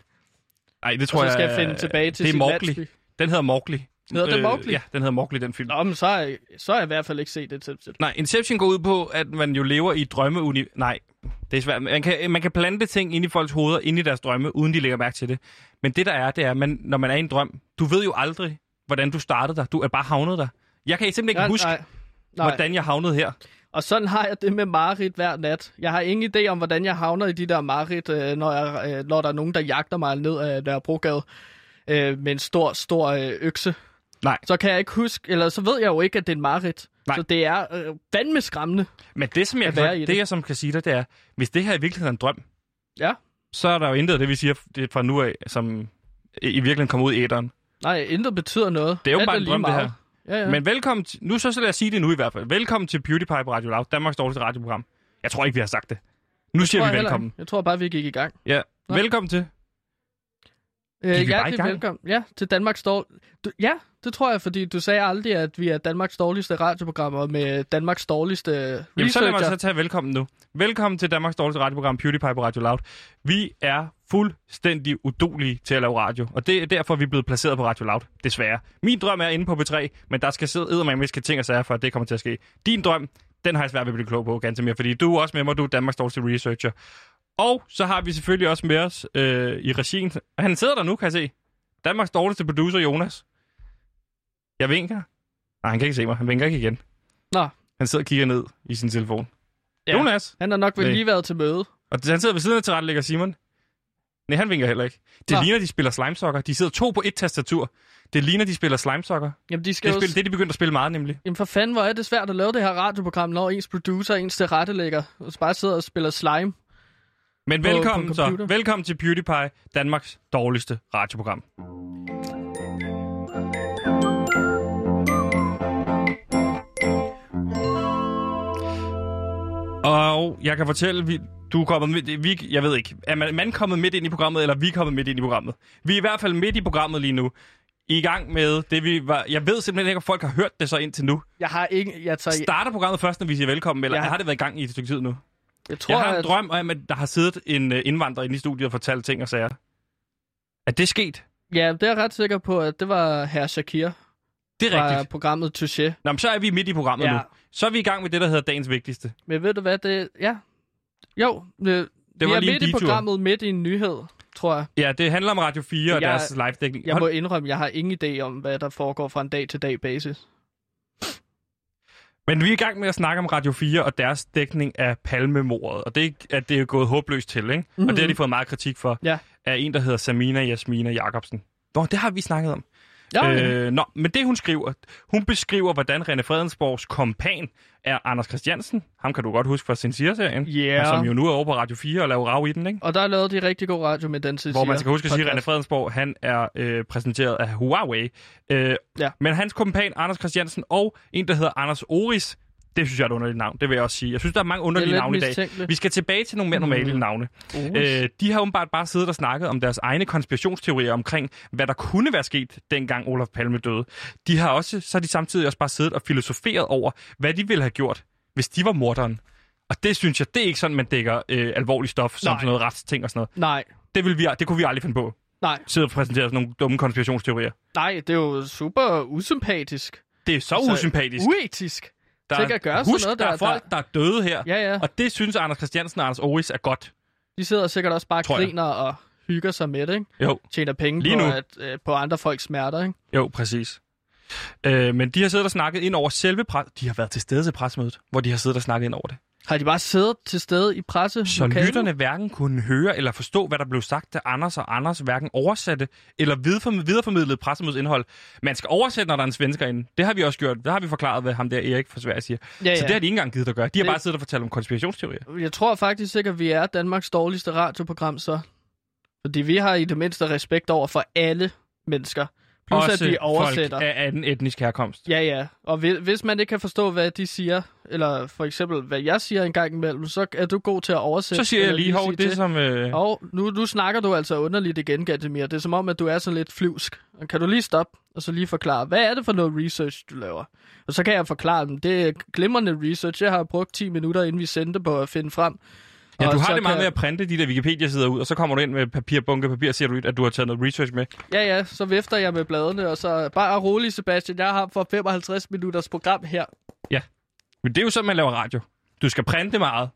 Nej, det
Og
tror
så
jeg... øh,
skal jeg finde tilbage til
det er
sin
Mowgli.
landsby.
Den hedder Mowgli. Øh,
Hedder den Mowgli?
Ja, den hedder Mowgli, den film.
Nå, men så har, jeg, så har jeg i hvert fald ikke set det til.
Nej, Inception går ud på, at man jo lever i et drømmeuni... Nej, det er svært. Man kan, man kan plante ting ind i folks hoveder, ind i deres drømme, uden de lægger mærke til det. Men det der er, det er, at man, når man er i en drøm, du ved jo aldrig, hvordan du startede der. Du er bare havnet der. Jeg kan simpelthen ikke
Ja,
huske,
nej, nej.
hvordan jeg havnede her.
Og sådan har jeg det med mareridt hver nat. Jeg har ingen idé om, hvordan jeg havner i de der mareridt, øh, når, jeg, øh, når der er nogen, der jagter mig ned af Nørrebrogade øh, med en stor, stor øh, økse.
Nej.
Så kan jeg ikke huske, eller så ved jeg jo ikke, at det er en mareridt.
Nej.
Så det er øh, fandme skræmmende.
Men det, som jeg,
At
kan,
være i
det.
det.
jeg som kan sige dig, det er, hvis det her i virkeligheden er en drøm,
Ja.
så er der jo intet af det, vi siger det fra nu af, som i virkeligheden kommer ud i æderen.
Nej, intet betyder noget.
Det er jo
Alt
bare en
lige
drøm, det
meget.
her.
Ja, ja.
Men velkommen til, nu så, så lad os sige det nu i hvert fald. Velkommen til PewDiePie på Radio Loud, Danmarks dårligste radioprogram. Jeg tror ikke, vi har sagt det. Nu
Tror
siger
jeg
vi
heller
velkommen.
ikke. Jeg tror bare, vi gik i gang.
Ja.
Nå.
Velkommen til.
Øh,
Gik vi bare
hjertelig
i gang?
velkommen ja, til Danmarks dår... du, Ja, det tror jeg, fordi du sagde aldrig, at vi er Danmarks dårligste radioprogram, og med Danmarks dårligste
Jamen, så lad mig
researcher.
så tage velkommen nu. Velkommen til Danmarks dårligste radioprogram, PewDiePie på Radio Loud. Vi er fuldstændig udolige til at lave radio, og det er derfor, vi er blevet placeret på Radio Loud, desværre. Min drøm er inde på B3, men der skal sidde eddermangviske ting og sager for, at det kommer til at ske. Din drøm, den har jeg svært ved at blive klog på, ganske mere, fordi du er også med mig, du er Danmarks dårligste researcher. Og så har vi selvfølgelig også med os øh, i regien. Han sidder der nu, kan jeg se. Danmarks dårligste producer, Jonas. Jeg vinker. Nej, han kan ikke se mig. Han vinker ikke igen.
Nå.
Han sidder og kigger ned i sin telefon.
Ja.
Ja. Jonas.
Han har nok vel
Nej.
lige været til møde.
Og han sidder ved siden af tilrettelægger Simon. Nej, han vinker heller ikke. Det
Nå.
Nå. ligner, de spiller slimesokker. De sidder to på et tastatur. Det ligner, de spiller slimesokker.
Jamen, de
Det
skal
er
jo...
spil, det, de begyndte at spille meget, nemlig.
Jamen, for fanden, hvor er det svært at lave det her radioprogram, når ens producer og ens tilrettelægger og så bare sidder og spiller slime.
Men
På- på
velkommen, så.
computer.
velkommen til PewDiePie, Danmarks dårligste radioprogram. Og jeg kan fortælle, vi, du er kommet midt, vi, jeg ved ikke, er man, man kommet midt ind i programmet, eller vi er kommet midt ind i programmet? Vi er i hvert fald midt i programmet lige nu. I gang med det, vi var... Jeg ved simpelthen ikke, om folk har hørt det så indtil nu.
Jeg har ikke... Jeg, tager...
Starter programmet først, når vi siger velkommen, eller
Ja.
har det været i gang i et stykke tid nu?
jeg tror,
Jeg har en
at...
drøm om, at der har siddet en øh, indvandrer inde i studiet og fortalt ting og sager. Er det sket?
Ja, det er jeg ret sikker på, at det var herr Shakir
Det er
fra
rigtigt.
programmet Touché.
Nå, men så er vi midt i programmet
Ja.
ja. nu. Så er vi i gang med det, der hedder dagens vigtigste.
Men ved du hvad, det... Ja. Jo, det, det vi
var
er
lige en
midt i
detur.
programmet midt i en nyhed, tror jeg.
Ja, det handler om Radio 4 og
Jeg-
deres live-dækning.
Jeg
Hold-
må indrømme, jeg har ingen idé om, hvad der foregår fra en dag-til-dag basis.
Men vi er i gang med at snakke om Radio 4 og deres dækning af palmemordet. Og det er, at det er gået håbløst til, ikke? Mm-hmm. Og det har de fået meget kritik for
Mhm. Ja.
af en, der hedder Samina Jasmina Jacobsen. Nå, det har vi snakket om.
Ja, øh...
Øh, nå, men det hun skriver, hun beskriver, hvordan René Fredensborgs kompan er Anders Christiansen. Ham kan du godt huske fra sin serien
Ja.
og som jo nu er over på Radio 4 og laver rav i den, ikke?
Og der er lavet de rigtig gode radio med den sidste.
Hvor man skal huske at sige, at René Fredensborg, han er øh, præsenteret af Huawei. Øh,
Ja.
Men hans kompan, Anders Christiansen, og en, der hedder Anders Oris, Det synes jeg er et underligt navn, det vil jeg også sige. Jeg synes, der er mange
Det er
underlige
lidt
navne i dag.
mistænkeligt.
Vi skal tilbage til nogle mere normale mm. navne. Øh, de har åbenbart bare siddet og snakket om deres egne konspirationsteorier omkring, hvad der kunne være sket, dengang Olof Palme døde. De har også, så har de samtidig også bare siddet og filosoferet over, hvad de ville have gjort, hvis de var morderen. Og det synes jeg, det er ikke sådan, man dækker øh, alvorligt stof, som
Nej.
sådan noget retsting og sådan noget.
Nej,
Det, ville vi, det kunne vi aldrig finde på.
nej,
Sidde og præsentere sådan nogle dumme konspirationsteorier.
nej, det er jo super usympatisk.
Det er så
Altså,
altså, usympatisk.
Uetisk.
der,
tænk at gøre sådan
husk,
noget,
der,
der-
er folk, der er døde her.
Ja, ja.
Og det synes Anders Christiansen og Anders Aarhus er godt.
De sidder sikkert også bare og
Tror jeg.
griner og hygger sig med det, ikke?
Jo.
Tjener penge
Lige
på,
nu.
at, øh, på andre folks smerter, ikke?
Jo, præcis. Øh, men de har siddet og snakket ind over selve pres... De har været til stede til presmødet, hvor de har siddet og snakket ind over det.
Har de bare siddet til stede i presse?
Så lytterne hverken kunne høre eller forstå, hvad der blev sagt, da Anders og Anders hverken oversatte eller videreform- videreformidlede pressemødets indhold. Man skal oversætte, når der er en svensker inde. Det har vi også gjort. Der har vi forklaret, hvad ham der Erik fra Sverige siger.
Ja, ja.
Så det har de ikke engang givet at gøre. De har
Det-
bare siddet og fortalt om konspirationsteorier.
Jeg tror faktisk ikke, at vi er Danmarks dårligste radioprogram, så. Fordi vi har i det mindste respekt over for alle mennesker. Plus
Også
at vi oversætter.
folk af anden etnisk herkomst.
Ja, ja. Og hvi- hvis man ikke kan forstå, hvad de siger, eller for eksempel, hvad jeg siger en gang imellem, så er du god til at oversætte.
Så siger jeg
eller
lige, hov,
sige
det er
til.
som... Øh...
Og nu, nu snakker du altså underligt igen, Gademir. Det er som om, at du er sådan lidt flyvsk. Og Kan du lige stoppe og så lige forklare, hvad er det for noget research, du laver? Og så kan jeg forklare dem. Det er glimrende research. Jeg har brugt 10 minutter, inden vi sendte på at finde frem.
Ja,
Og
du
så
har det meget
kan-
med at printe de der Wikipedia-sider ud, og så kommer du ind med papir, bunke papir, og siger du, at du har taget noget research med.
Ja, ja, så vifter jeg med bladene, og så bare rolig, Sebastian. Jeg har for 55 minutters program her.
Men det er jo sådan, man laver radio. Du skal printe meget.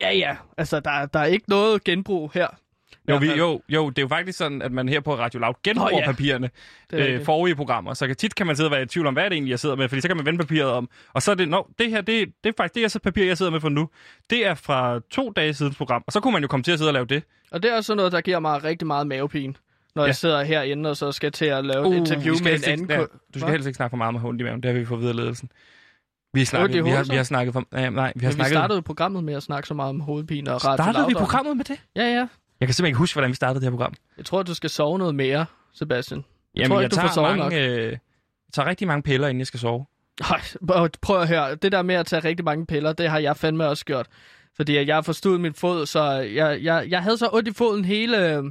Ja, ja. Altså, der, der er ikke noget genbrug her.
Jo,
hvert
vi,
fald.
jo, jo, det er jo faktisk sådan, at man her på Radio Loud genbruger
Nå,
oh,
ja.
ja. papirerne
Det er rigtigt.
øh, forrige programmer. Så kan, tit kan man sidde og være i tvivl om, hvad er det egentlig, jeg sidder med, fordi så kan man vende papiret om. Og så er det, nå, det her, det, det er faktisk det her papir, jeg sidder med for nu. Det er fra to dage sidens program, og så kunne man jo komme til at sidde og lave det.
Og det er også sådan noget, der giver mig rigtig meget mavepine, når ja.
Ja.
jeg sidder herinde og så skal til at lave et interview
Uh, vi skal
med en
helst
anden
ikke, ja,
kunde.
Du skal helst ikke snakke for meget med hund i maven, det har vi fået videre ledelsen. Vi, snakkede, vi, har,
hovedet,
vi har snakket for... Ja, nej, vi har
H&M Vi, vi
snakket...
startede programmet med at snakke så meget om hovedpine og radio
startede vi
Loud om-
programmet med det?
Ja, ja.
Jeg kan simpelthen ikke huske, hvordan vi startede det her program.
Jeg tror, du skal sove noget mere, Sebastian.
Jamen,
tror
jeg,
ikke,
jeg
du får
tager,
sovet
mange, øh, jeg tager rigtig mange piller, inden jeg skal sove.
Ej, prøv- prøv at høre. Det der med at tage rigtig mange piller, det har jeg fandme også gjort. Fordi at jeg har forstået min fod, så jeg, jeg, jeg havde så ondt i foden hele, øh,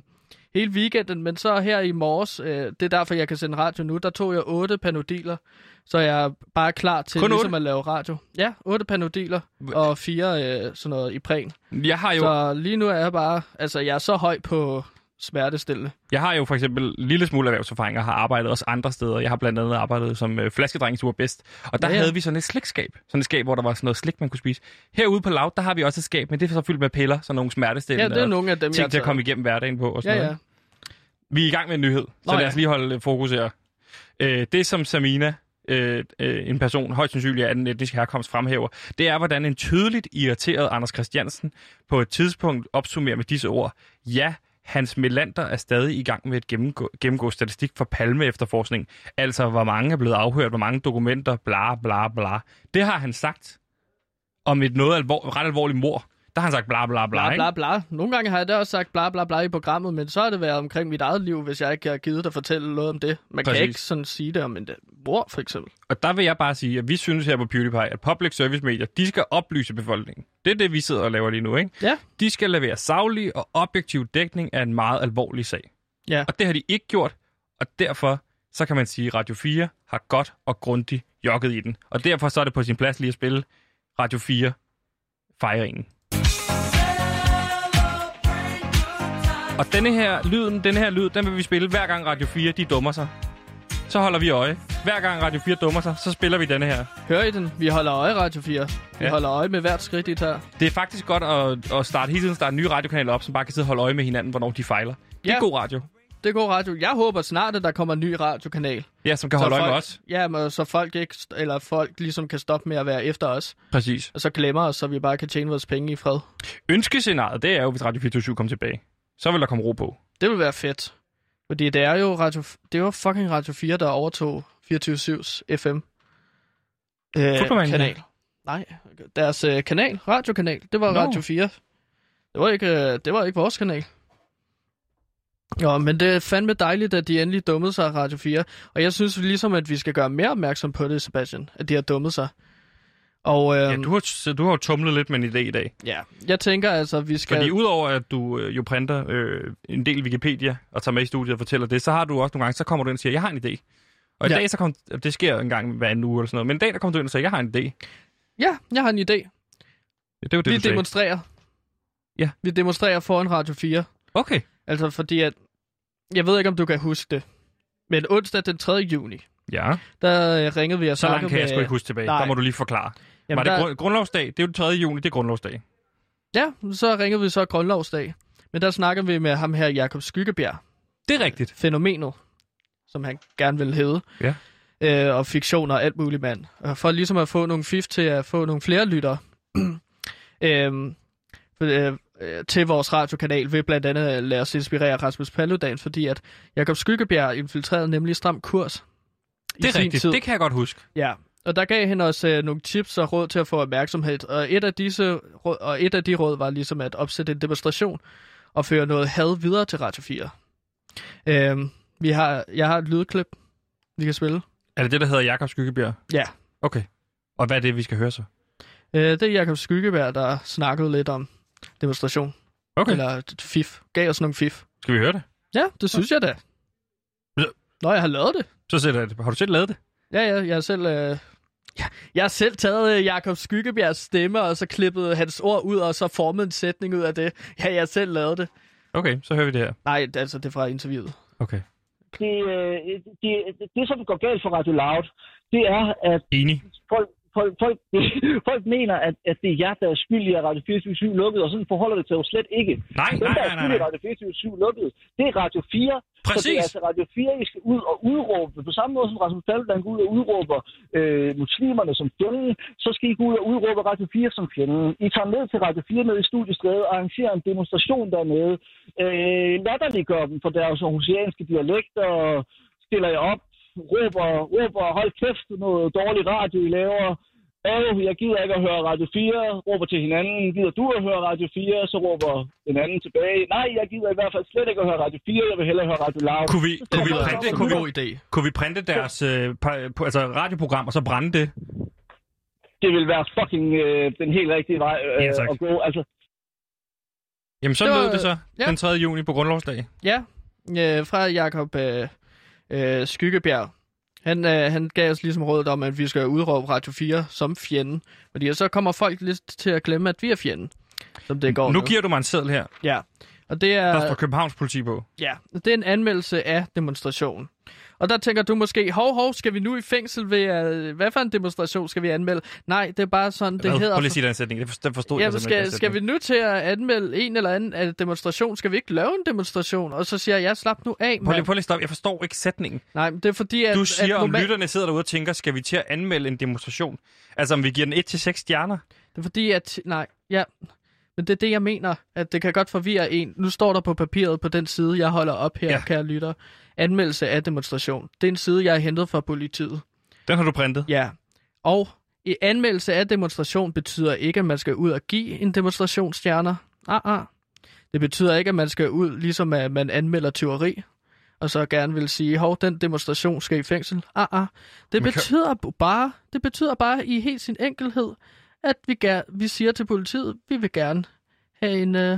hele weekenden. Men så her i morges, øh, det er derfor, jeg kan sende radio nu, der tog jeg otte panodiler. Så jeg er bare klar til
Kun
ligesom
otte?
at lave radio. Ja, otte panodiler og fire øh, sådan noget i præn.
Jeg har jo, så...
Så lige nu er jeg bare, altså jeg er så høj på smertestillende.
jeg har jo for eksempel en lille smule erhvervserfaring og har arbejdet også andre steder. Jeg har blandt andet arbejdet som øh, flaskedreng i Superbest. Og der
Ja,
ja,
ja.
ja. havde vi sådan et slikskab. Sådan et skab, hvor der var sådan noget slik, man kunne spise. Herude på Lav, der har vi også et skab, men det er så fyldt med piller, sådan nogle smertestillende
Ja, det er
og
nogle af dem, jeg har
øh, ting til at
taget.
komme igennem hverdagen på. Og sådan
Ja,
noget.
ja.
Vi er i gang med en nyhed, så
Nå,
lad os
ja.
lige holde øh, fokus her. Øh, det, som Samina, øh, øh, en person højst sandsynligt af anden etnisk herkomst, fremhæver, det er, hvordan en tydeligt irriteret Anders Christiansen på et tidspunkt opsummerer med disse ord. Ja, Hans Melander er stadig i gang med at gennemgå, gennemgå statistik for palme efterforskning. Altså, hvor mange er blevet afhørt, hvor mange dokumenter, bla bla bla. Det har han sagt om et noget alvor, ret alvorligt mor. Der har han sagt bla bla bla,
bla,
ikke?
bla, bla. Nogle gange har jeg da også sagt bla, bla, bla i programmet, men så har det været omkring mit eget liv, hvis jeg ikke har givet dig fortælle noget om det. Man Præcis.
Præcis.
kan ikke sådan sige det om en mor, for eksempel.
Og der vil jeg bare sige, at vi synes her på PewDiePie, at public service medier, de skal oplyse befolkningen. Det er det, vi sidder og laver lige nu, ikke?
Ja.
De skal levere savlig og objektiv dækning af en meget alvorlig sag.
Ja.
Og det har de ikke gjort, og derfor så kan man sige, at Radio 4 har godt og grundigt jokket i den. Og derfor så er det på sin plads lige at spille Radio 4 fejringen. Og denne her lyden, denne her lyd, den vil vi spille hver gang Radio 4 de dummer sig. Så holder vi øje. Hver gang Radio 4 dummer sig, så spiller vi denne her.
Hører I den? Vi holder øje, Radio 4. Vi ja.
Ja.
holder øje med hvert skridt, I tager.
Det er faktisk godt at, at starte hele tiden starte nye radiokanaler op, som bare kan sidde og holde øje med hinanden, hvornår de fejler. Det er
Ja.
god radio.
Det er god radio. Jeg håber snart, at der kommer en ny radiokanal.
Ja, som kan holde
folk,
øje med os.
Ja, men, så folk ikke, eller folk ligesom kan stoppe med at være efter os,
Præcis.
og så glemmer os, så vi bare kan tjene vores penge i fred.
Ønskescenariet, det er jo, hvis Radio 427 kommer tilbage. Så vil der komme ro på.
Det vil være fedt. Fordi det er jo radio, det var fucking Radio 4, der overtog 24-7's FM. Øh,
Fodboldbanen?
kanal. Nej, deres øh, kanal, radiokanal, det var no.
Nå.
Radio 4. Det var, ikke, øh, det var ikke vores kanal. Jo, men det er fandme dejligt, at de endelig dummede sig Radio 4. Og jeg synes ligesom, at vi skal gøre mere opmærksom på det, Sebastian, at de har dummet sig. Og øhm,
Ja, du har, så du har jo tumlet lidt med en idé i dag.
ja, jeg tænker altså, vi skal...
Fordi udover at du øh, jo printer øh, en del Wikipedia og tager med i studiet og fortæller det, så har du også nogle gange, så kommer du ind og siger, jeg har en idé. Og i
Ja.
dag, så kom, det sker en gang hver anden uge eller sådan noget, men en dag, der kommer du ind og siger, jeg har en idé.
Ja, jeg har en idé.
Ja, det var det,
vi
du sagde.
demonstrerer.
Ja.
Vi demonstrerer foran Radio 4.
Okay.
Altså fordi at, jeg ved ikke om du kan huske det, men onsdag den 3. juni,
Ja,
der øh, ringede vi og
så
snakkede
langt kan jeg
med-
sgu ikke huske tilbage.
Nej.
Der må du lige forklare. Jamen,
Jamen,
Var det
der-
grund, grundlovsdag? Det er jo den 3. juni, det er grundlovsdag.
Ja, så ringede vi så grundlovsdag. Men der snakker vi med ham her, Jakob Skyggebjerg,
Det er rigtigt.
fænomenet, som han gerne vil hedde.
Ja.
Øh, og fiktion og alt muligt, mand. Og For ligesom at få nogle fif til at få nogle flere lyttere (clears throat) øhm, for, øh, øh, til vores radiokanal ved blandt andet at lade os inspirere Rasmus Paludan, fordi at Jakob Skyggebjerg infiltrerede nemlig Stram Kurs. i
Det er
sin
rigtigt.
tid.
Det kan jeg godt huske.
Ja, og der gav han os øh, nogle tips og råd til at få opmærksomhed, og et, af disse råd, og et af de råd var ligesom at opsætte en demonstration og føre noget had videre til Radio 4. Øhm, vi har, jeg har et lydklip, vi kan spille.
Er det det, der hedder Jakob Skyggebjerg?
Ja.
Okay. Og hvad er det, vi skal høre så?
Øh, det er Jakob Skyggeberg, der snakkede lidt om demonstration,
Okay, Eller...
eller fif, gav os nogle fif.
skal vi høre det?
Ja, det synes jeg da.
Ja.
Nå, jeg har lavet det.
Så sætter jeg det. Har du selv lavet det?
Ja, ja, jeg har selv... Øh... ja, Jeg har selv taget øh, Jakob Skyggebjergs stemme, og så klippet hans ord ud, og så formet en sætning ud af det. Ja, jeg har selv lavet det.
Okay, så hører vi det her.
Nej, altså, det er fra interviewet.
Okay.
det, øh, det, det, det, som går galt for Radio Loud, det er, at
Enig.
folk, folk, folk, (laughs) folk mener, at, at det er jer, der er skyldige, at Radio 24 lukkede, og sådan forholder det sig jo slet ikke.
Nej,
Dem,
nej,
der
nej, nej,
er skyldige, at
nej.
Radio 24 lukkede, det er Radio 4. Så det er
Præcis.
altså Radio 4, I skal ud og udråbe. På samme måde som Rasmus Paludan går ud og udråber øh, muslimerne som fjenden, så skal I gå ud og udråbe Radio 4 som fjenden. I tager med til Radio 4 ned i studiestredet og arrangerer en demonstration dernede. Øh, latterliggør dem for deres aarhusianske dialekter og stiller jer op, råber, råber hold kæft, noget dårlig radio, I laver. Åh, jeg gider ikke at høre Radio 4, råber til hinanden. Gider du at høre Radio 4, så råber den anden tilbage. Nej, jeg gider i hvert fald slet ikke at høre Radio 4, jeg vil hellere høre Radio Loud.
Kunne vi, kunne vi,
lyder
printe,
som en
kunne vi,
god idé.
kunne vi printe deres øh, pa- på- altså radioprogram og så brænde det?
Det vil være fucking øh, den helt rigtige vej øh,
Ja, tak.
at gå. Altså,
Jamen, sådan
Det var-
lød det så
ja.
den 3. juni på grundlovsdag.
Ja, øh, fra Jakob øh, øh, Skyggebjerg. Han, øh, han gav os ligesom rådet om, at vi skal udråbe Radio 4 som fjenden. Fordi så kommer folk lidt til at glemme, at vi er fjenden. Som det går
Nu giver du mig en seddel her,
Ja, og det er...
der står Københavns politi på.
Ja, det er en anmeldelse af demonstrationen. Og der tænker du måske, hov, hov, skal vi nu i fængsel ved, uh, hvad for en demonstration skal vi anmelde? Nej, det er bare sådan, det
Hvad?
hedder...
Prøv lige at sige den sætning. Det forstod, forstod
ja,
jeg
men
simpelthen
skal, skal vi nu til at anmelde en eller anden øh, demonstration? Skal vi ikke lave en demonstration? Og så siger jeg, ja, slap nu af,
Prøv lige,
mand.
prøv lige at stoppe. Jeg forstår ikke sætningen.
Nej, men det er fordi, at...
Du siger,
at
om
normalt-
lytterne sidder derude og tænker, skal vi til at anmelde en demonstration? Altså, om vi giver den 1-6 stjerner?
Det er fordi, at... Nej, ja. Men det er det, jeg mener, at det kan godt forvirre en. Nu står der på papiret på den side, jeg holder op her,
Ja.
ja. kære lytter. Anmeldelse af demonstration. Det er en side, jeg har hentet fra politiet.
Den har du printet.
Ja, og i anmeldelse af demonstration betyder ikke, at man skal ud og give en demonstrationsstjerner. Ah, ah. Det betyder ikke, at man skal ud, ligesom at man anmelder tyveri, og så gerne vil sige, hov, den demonstration skal i fængsel. Ah, ah. Det
Men kan-
betyder kan... bare, det betyder bare i helt sin enkelhed, at vi, ger- vi siger til politiet, vi vil gerne have en, øh,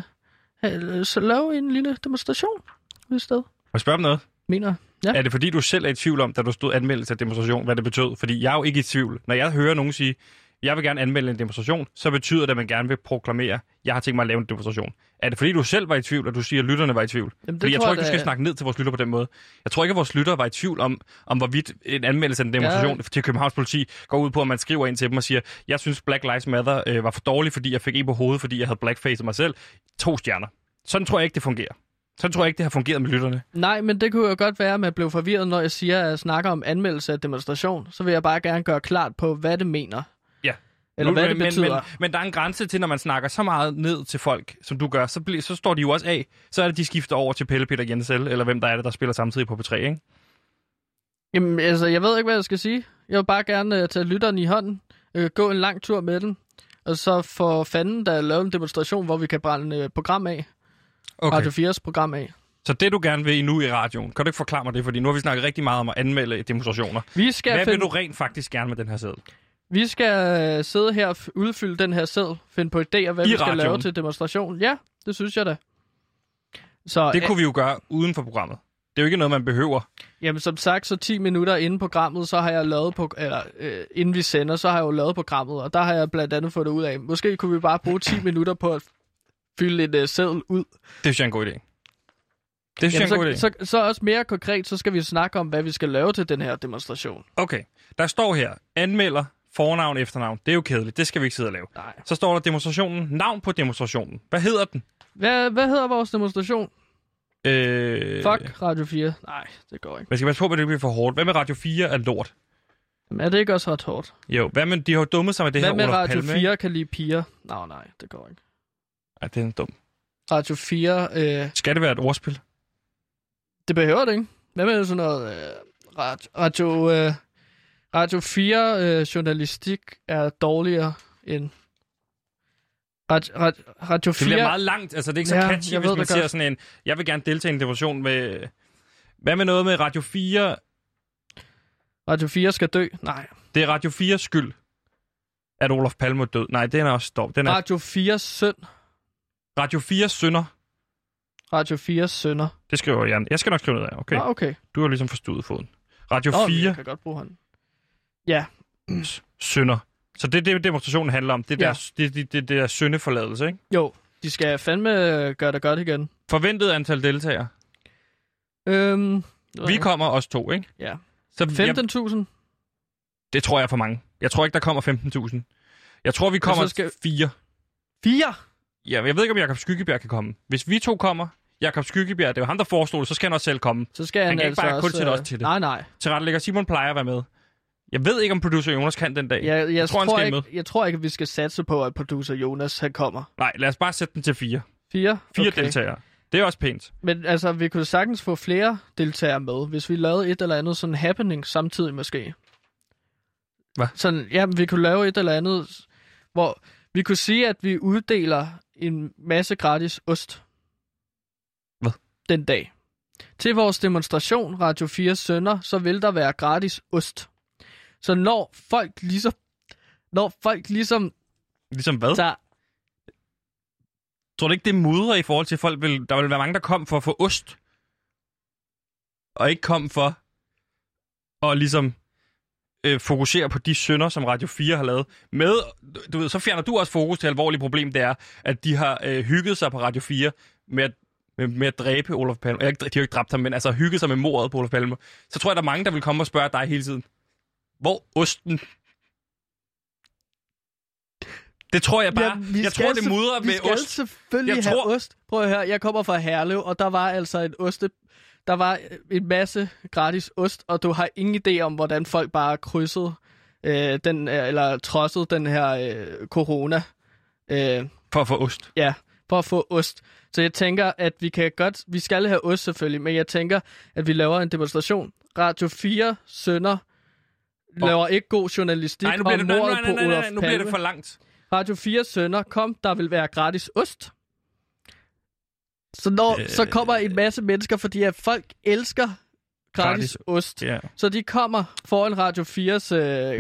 have, så lave en lille demonstration ude i sted,
Må jeg spørge om noget?
mener jeg.
Er det fordi, du selv er i tvivl om, da du stod anmeldelse af demonstration, hvad det betød? Fordi jeg er jo ikke i tvivl. Når jeg hører nogen sige, jeg vil gerne anmelde en demonstration, så betyder det, at man gerne vil proklamere, jeg har tænkt mig at lave en demonstration. Er det fordi, du selv var i tvivl, at du siger, at lytterne var i tvivl?
Jamen, det
fordi jeg tror ikke, du
da-
skal snakke ned til vores lytter på den måde. Jeg tror ikke, at vores lytter var i tvivl om, om hvorvidt en anmeldelse af en demonstration ja. til Københavns politi går ud på, at man skriver ind til dem og siger, jeg synes Black Lives Matter øh, var for dårlig, fordi jeg fik en på hovedet, fordi jeg havde blackfacet mig selv. To stjerner. Sådan tror jeg ikke, det fungerer. Sådan tror jeg ikke, det har fungeret med lytterne.
Nej, men det kunne jo godt være, at man blev forvirret, når jeg siger, at jeg snakker om anmeldelse af demonstration. Så vil jeg bare gerne gøre klart på, hvad det mener.
Ja.
Eller
Nu-
hvad det
men,
betyder.
Men, men der er en grænse til, når man snakker så meget ned til folk, som du gør, så, bliver, så står de jo også af. Så er det, de skifter over til Pelle Peter Jensel, eller hvem der er det, der spiller samtidig på P3, ikke?
Jamen, altså, jeg ved ikke, hvad jeg skal sige. Jeg vil bare gerne uh, tage lytteren i hånden, uh, gå en lang tur med den, og så for fanden, der lave en demonstration, hvor vi kan brænde uh, program af. Okay. Radio 4's program af.
Så det, du gerne vil nu i radioen, kan du ikke forklare mig det? Fordi nu har vi snakket rigtig meget om at anmelde demonstrationer.
Vi skal
Hvad
finde...
vil du rent faktisk gerne med den her sædel?
Vi skal øh, sidde her og f- udfylde den her sæd, finde på idéer, hvad
I
vi skal
radioen.
lave til demonstration. Ja, det synes jeg da. Så
Det kunne vi jo gøre uden for programmet. Det er jo ikke noget, man behøver.
Jamen som sagt, så 10 minutter inden programmet, så har jeg lavet på, eller, øh, inden vi sender, så har jeg jo lavet programmet, og der har jeg blandt andet fået det ud af, måske kunne vi bare bruge
(clears throat)
10 minutter på at fylde en øh, seddel ud.
Det synes jeg er en god idé. Det synes jeg er en
Jamen,
god idé.
så, så, så også mere konkret, så skal vi snakke om, hvad vi skal lave til den her demonstration.
Okay, der står her, anmelder, fornavn, efternavn. Det er jo kedeligt, det skal vi ikke sidde og lave.
Nej.
Så står der demonstrationen, navn på demonstrationen. Hvad hedder den?
Hvad, hvad hedder vores demonstration?
Øh,
Fuck Radio 4. Nej, det går ikke.
Man skal passe på, at det ikke bliver for hårdt. Hvad med Radio 4 er lort?
Jamen, er det ikke også ret hårdt?
Jo, hvad med, de har jo dummet sig med det
Hvad
her
med
Olof
Radio
Palme,
4
ikke?
kan lide piger? Nej, nej, det går ikke.
Ej, det er en dum.
Radio 4, øh,
Skal det være et ordspil?
Det behøver det ikke. Hvad med sådan noget øh, radio, radio, øh, radio 4 øh, journalistik er dårligere end radio, radio, radio 4.
Det bliver meget langt, altså det er ikke så
Ja,
ja, catchy,
jeg
hvis
ved
man
det
siger
godt.
sådan en, jeg vil gerne deltage i en demonstration med... Hvad med noget med Radio 4?
Radio 4 skal dø. Nej.
Det er Radio 4's skyld, at Olof Palme er død. Nej, den er også dum. Den er
Radio 4 søn.
Radio 4 sønder.
Radio 4 sønder.
Det skriver Jan. Jeg skal nok skrive ned af, okay?
Ah, okay.
Du har ligesom forstået foden. Radio
Nå, men
4
jeg kan godt bruge hånden.
sønder. Så det er det, demonstrationen handler om. Det er
Ja.
der, det, det, det, det der syndeforladelse, ikke?
Jo, de skal fandme øh, gøre det godt igen.
Forventet antal deltagere.
Øhm,
Vi kommer også to, ikke?
Ja.
Så
15.000.
15? Jamen, det tror jeg er for mange. Jeg tror ikke, der kommer 15.000. Jeg tror, vi kommer
så skal-
fire.
4?
Ja, jeg ved ikke, om Jakob Skyggebjerg kan komme. Hvis vi to kommer, Jakob Skyggebjerg, det var ham, der foreslog det, så skal han også selv komme.
Så skal han,
kan ikke
altså
bare
også,
kun sætte os til det.
Nej, nej.
Tilrettelægger Simon plejer at være med. Jeg ved ikke, om producer Jonas kan den dag.
Jeg, jeg, jeg,
tror,
tror,
han
tror
skal
ikke,
med.
jeg tror ikke, at vi skal satse på, at producer Jonas han kommer.
Nej, lad os bare sætte den til fire.
4?
Fire okay. deltagere. Det er også pænt.
Men altså, vi kunne sagtens få flere deltagere med, hvis vi lavede et eller andet sådan happening samtidig måske.
Hvad?
Sådan, ja, vi kunne lave et eller andet, hvor vi kunne sige, at vi uddeler en masse gratis ost.
Hvad?
Den dag. Til vores demonstration, Radio 4 Sønder, så vil der være gratis ost. Så når folk ligesom, når folk ligesom
Ligesom hvad?
tager
Tror du ikke, det mudrer i forhold til folk? Vil, der vil være mange, der kom for at få ost. Og ikke kom for at ligesom øh, fokusere på de synder, som Radio 4 har lavet. Med, du ved, så fjerner du også fokus til alvorlige problem, det er, at de har øh, hygget sig på Radio 4 med at, med, med at dræbe Olof Palme. Eller, ikke- de har jo ikke dræbt ham, men altså hygget sig med mordet på Olof Palme. Så tror jeg, der er mange, der vil komme og spørge dig hele tiden. Hvor osten? Det tror jeg bare.
vi
Ja, jeg
skal
tror, det
se-
mudrer
vi
med
skal
ost.
selvfølgelig
Jeg
have
tror-
ost. Prøv at høre, jeg kommer fra Herlev, og der var altså en oste... Der var en masse gratis ost, og du har ingen idé om, hvordan folk bare krydsede øh, den, øh, eller trodsede den her øh, corona. Øh,
For at få ost.
ja, for at få ost. Så jeg tænker, at vi kan godt... Vi skal have ost selvfølgelig, men jeg tænker, at vi laver en demonstration. Radio 4 Sønder laver ikke god journalistik
Nej, nu bliver
om
det, nej,
mordet
nej,
på
nej, nej, nej,
Olof
nej, nu bliver det
Palme.
for langt.
Radio 4 sønner, kom, der vil være gratis ost. Så, når, øh, så kommer en masse mennesker, fordi at folk elsker gratis,
Gratis
gratis ost.
Ja.
Så de kommer foran Radio 4's øh,
Men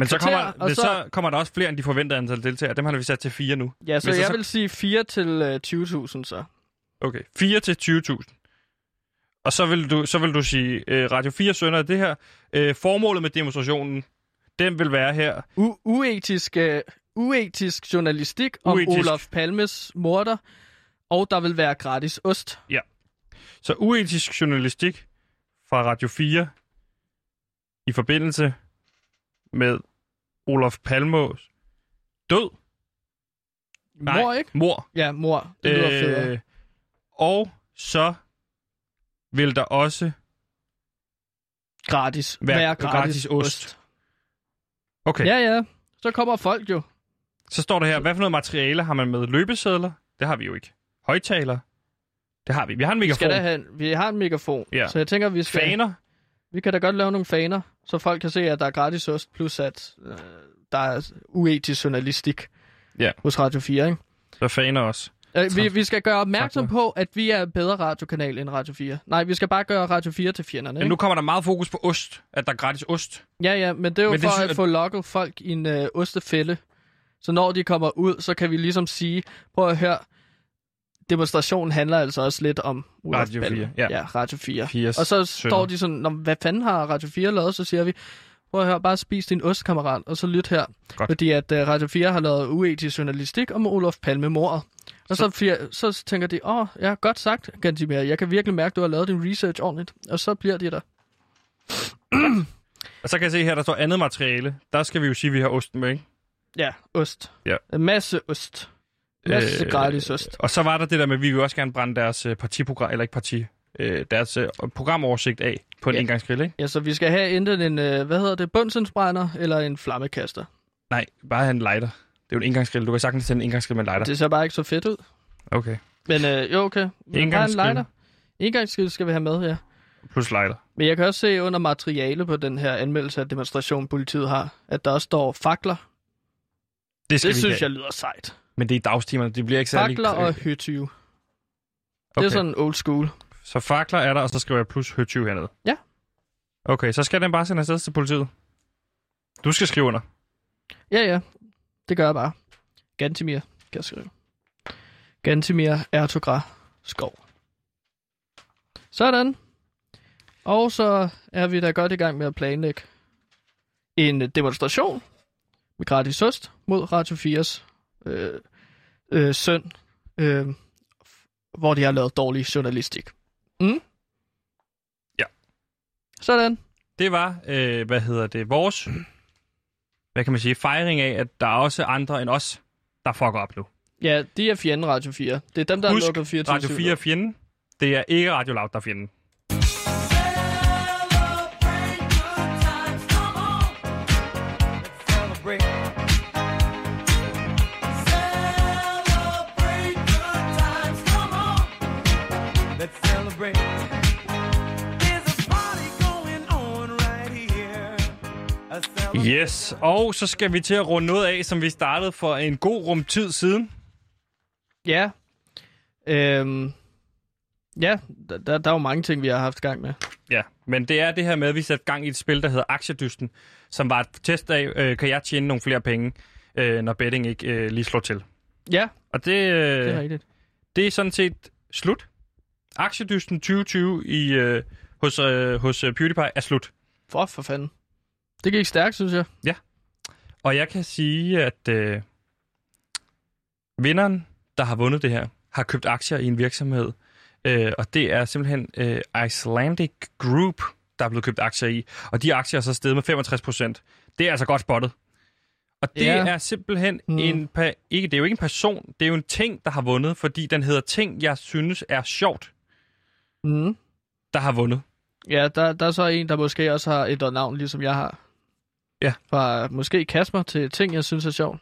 så kommer,
kvarter, og
så... så kommer der også flere end de forventede antal deltagere. Dem har vi sat til fire nu.
ja, så
men så-
jeg
så-
vil sige 4 til øh, 20.000 så.
Okay, 4 til 20.000. Og så vil du, så vil du sige, øh, Radio 4 sønder det her. Øh, formålet med demonstrationen, den vil være her.
U- uetisk, øh, uetisk journalistik om
Uetisk.
Olof Palmes morter, og der vil være gratis ost.
Så uetisk journalistik fra Radio 4 i forbindelse med Olof Palmos død.
Mor, ikke?
Mor.
Ja, mor. Det lyder øh, federe.
og så vil der også
Gratis.
Vær-
Være, gratis,
gratis ost.
ost.
Okay, ja.
Ja, ja. Så kommer folk jo.
så står der her, hvad for noget materiale har man med? Løbesedler? Det har vi jo ikke. Højtaler? Det har vi. Vi har en
Vi
mikrofon.
skal da have, vi har en megafon,
Ja.
ja. så jeg tænker, vi skal,
Faner?
vi kan da godt lave nogle faner, så folk kan se, at der er gratis ost, plus at øh, der er uetisk journalistik
Ja.
hos Radio 4, ikke?
Der er faner også.
Øh, vi, vi skal gøre opmærksom på, at vi er en bedre radiokanal end Radio 4. Nej, vi skal bare gøre Radio 4 til fjenderne.
Men nu
Ikke?
kommer der meget fokus på ost, at der er gratis ost.
Ja, ja, men det er jo
Men det
for
synes
at
jeg-
få lokket folk i en øh, ostefælde. Så når de kommer ud, så kan vi ligesom sige, prøv at høre, demonstrationen handler altså også lidt om Ulf
Radio
Palme.
4, ja.
ja Radio 4.
4
Og så står de sådan, "Nå, men hvad fanden har Radio 4 lavet? Så siger vi, prøv at høre, bare spis din ost, kammerat, og så lyt her.
Godt.
Fordi at uh, Radio 4 har lavet uetisk journalistik om Olof Palme mordet. Og så, fir- så tænker de, åh, oh, ja, godt sagt, Gantimir. Jeg kan virkelig mærke, du har lavet din research ordentligt. Og så bliver de der.
Og så kan jeg se her, der står andet materiale. Der skal vi jo sige, at vi har osten med, ikke?
Ja, ost.
Ja.
En masse ost. En masse øh, gratis ost.
Og så var der det der med, at vi vil også gerne brænde deres øh, partiprogram, eller ikke parti, øh, deres øh, programoversigt af på en
Ja.
ja. engangsgrill, ikke?
Ja, så vi skal have enten en, øh, hvad hedder det, bundsensbrænder eller en flammekaster.
Nej, bare have en lighter. Det er jo en engangsgrill. Du kan sagtens sende en engangsgrill med en lighter.
Det ser bare ikke så fedt ud.
Okay.
Men øh, jo, okay. Men bare en
Engangsgrill.
lighter. Engangsgrill skal vi have med, ja.
Plus lighter.
Men jeg kan også se under materiale på den her anmeldelse af demonstration, politiet har, at der også står fakler.
Det, skal
Det
vi
synes
have.
jeg lyder sejt.
Men det er i dagstimerne. Det bliver ikke særlig...
Fakler og høtyve. Okay. Det
Okay.
er sådan old school.
Så fakler er der, og så skriver jeg plus hø 20 hernede.
Ja.
Okay, så skal den bare sende afsted til politiet. Du skal skrive under.
Ja, ja. Det gør jeg bare. Gantimir, kan jeg skrive. Gantimir Ertogra Skov. Sådan. Og så er vi da godt i gang med at planlægge en øh, demonstration med gratis ost mod Radio 4's øh, øh, søn, øh, f- hvor de har lavet dårlig journalistik. Mm?
Ja.
Sådan.
Det var, øh, hvad hedder det, vores, hvad kan man sige, fejring af, at der er også andre end os, der fucker op nu.
Ja, de er fjenden Radio 4. Det er dem, der
Husk,
har lukket 24
Radio 4 er fjenden. Det er ikke Radio Loud, der er fjenden. Yes, og så skal vi til at runde noget af, som vi startede for en god rum tid siden.
Ja. Øhm. Ja, der, der, der er jo mange ting, vi har haft gang med.
Ja, men det er det her med, at vi satte gang i et spil, der hedder Aktiedysten, som var et test af, øh, kan jeg tjene nogle flere penge, øh, når betting ikke øh, lige slår til.
Ja,
Og det, øh,
det er
det, er
rigtigt.
det er sådan set slut. Aktiedysten 2020 i, øh, hos, øh, hos øh, PewDiePie er slut.
For for fanden. Det gik stærkt, synes jeg.
Og jeg kan sige, at øh, vinderen, der har vundet det her, har købt aktier i en virksomhed. Øh, og det er simpelthen øh, Icelandic Group, der er blevet købt aktier i. Og de aktier er så steget med 65 procent. Det er altså godt spottet. Og det
Ja.
yeah. er simpelthen
Mm.
mm. en... Pa- ikke, det er jo ikke en person, det er jo en ting, der har vundet, fordi den hedder ting, jeg synes er sjovt, Mhm.
Mm.
der har vundet.
Ja, der, der er så en, der måske også har et navn, ligesom jeg har.
Ja.
Fra måske Kasper til ting, jeg synes er sjov.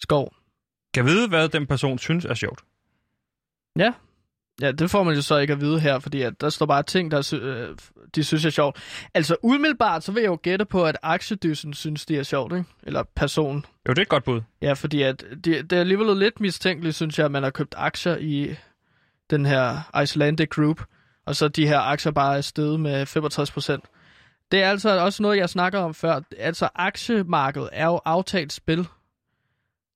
Skov.
Kan vide, hvad den person synes er sjovt.
Ja, det får man jo så ikke at vide her, fordi at der står bare ting, der sy- øh, de synes er sjovt. Altså umiddelbart, så vil jeg jo gætte på, at aktiedysen synes, det er sjovt, ikke? Eller personen.
Jo, det er et godt bud.
Ja, fordi at det, det er alligevel lidt mistænkeligt, synes jeg, at man har købt aktier i den her Icelandic Group, og så de her aktier bare er steget med 65 procent. Det er altså også noget, jeg snakker om før. Altså, aktiemarkedet er jo aftalt spil.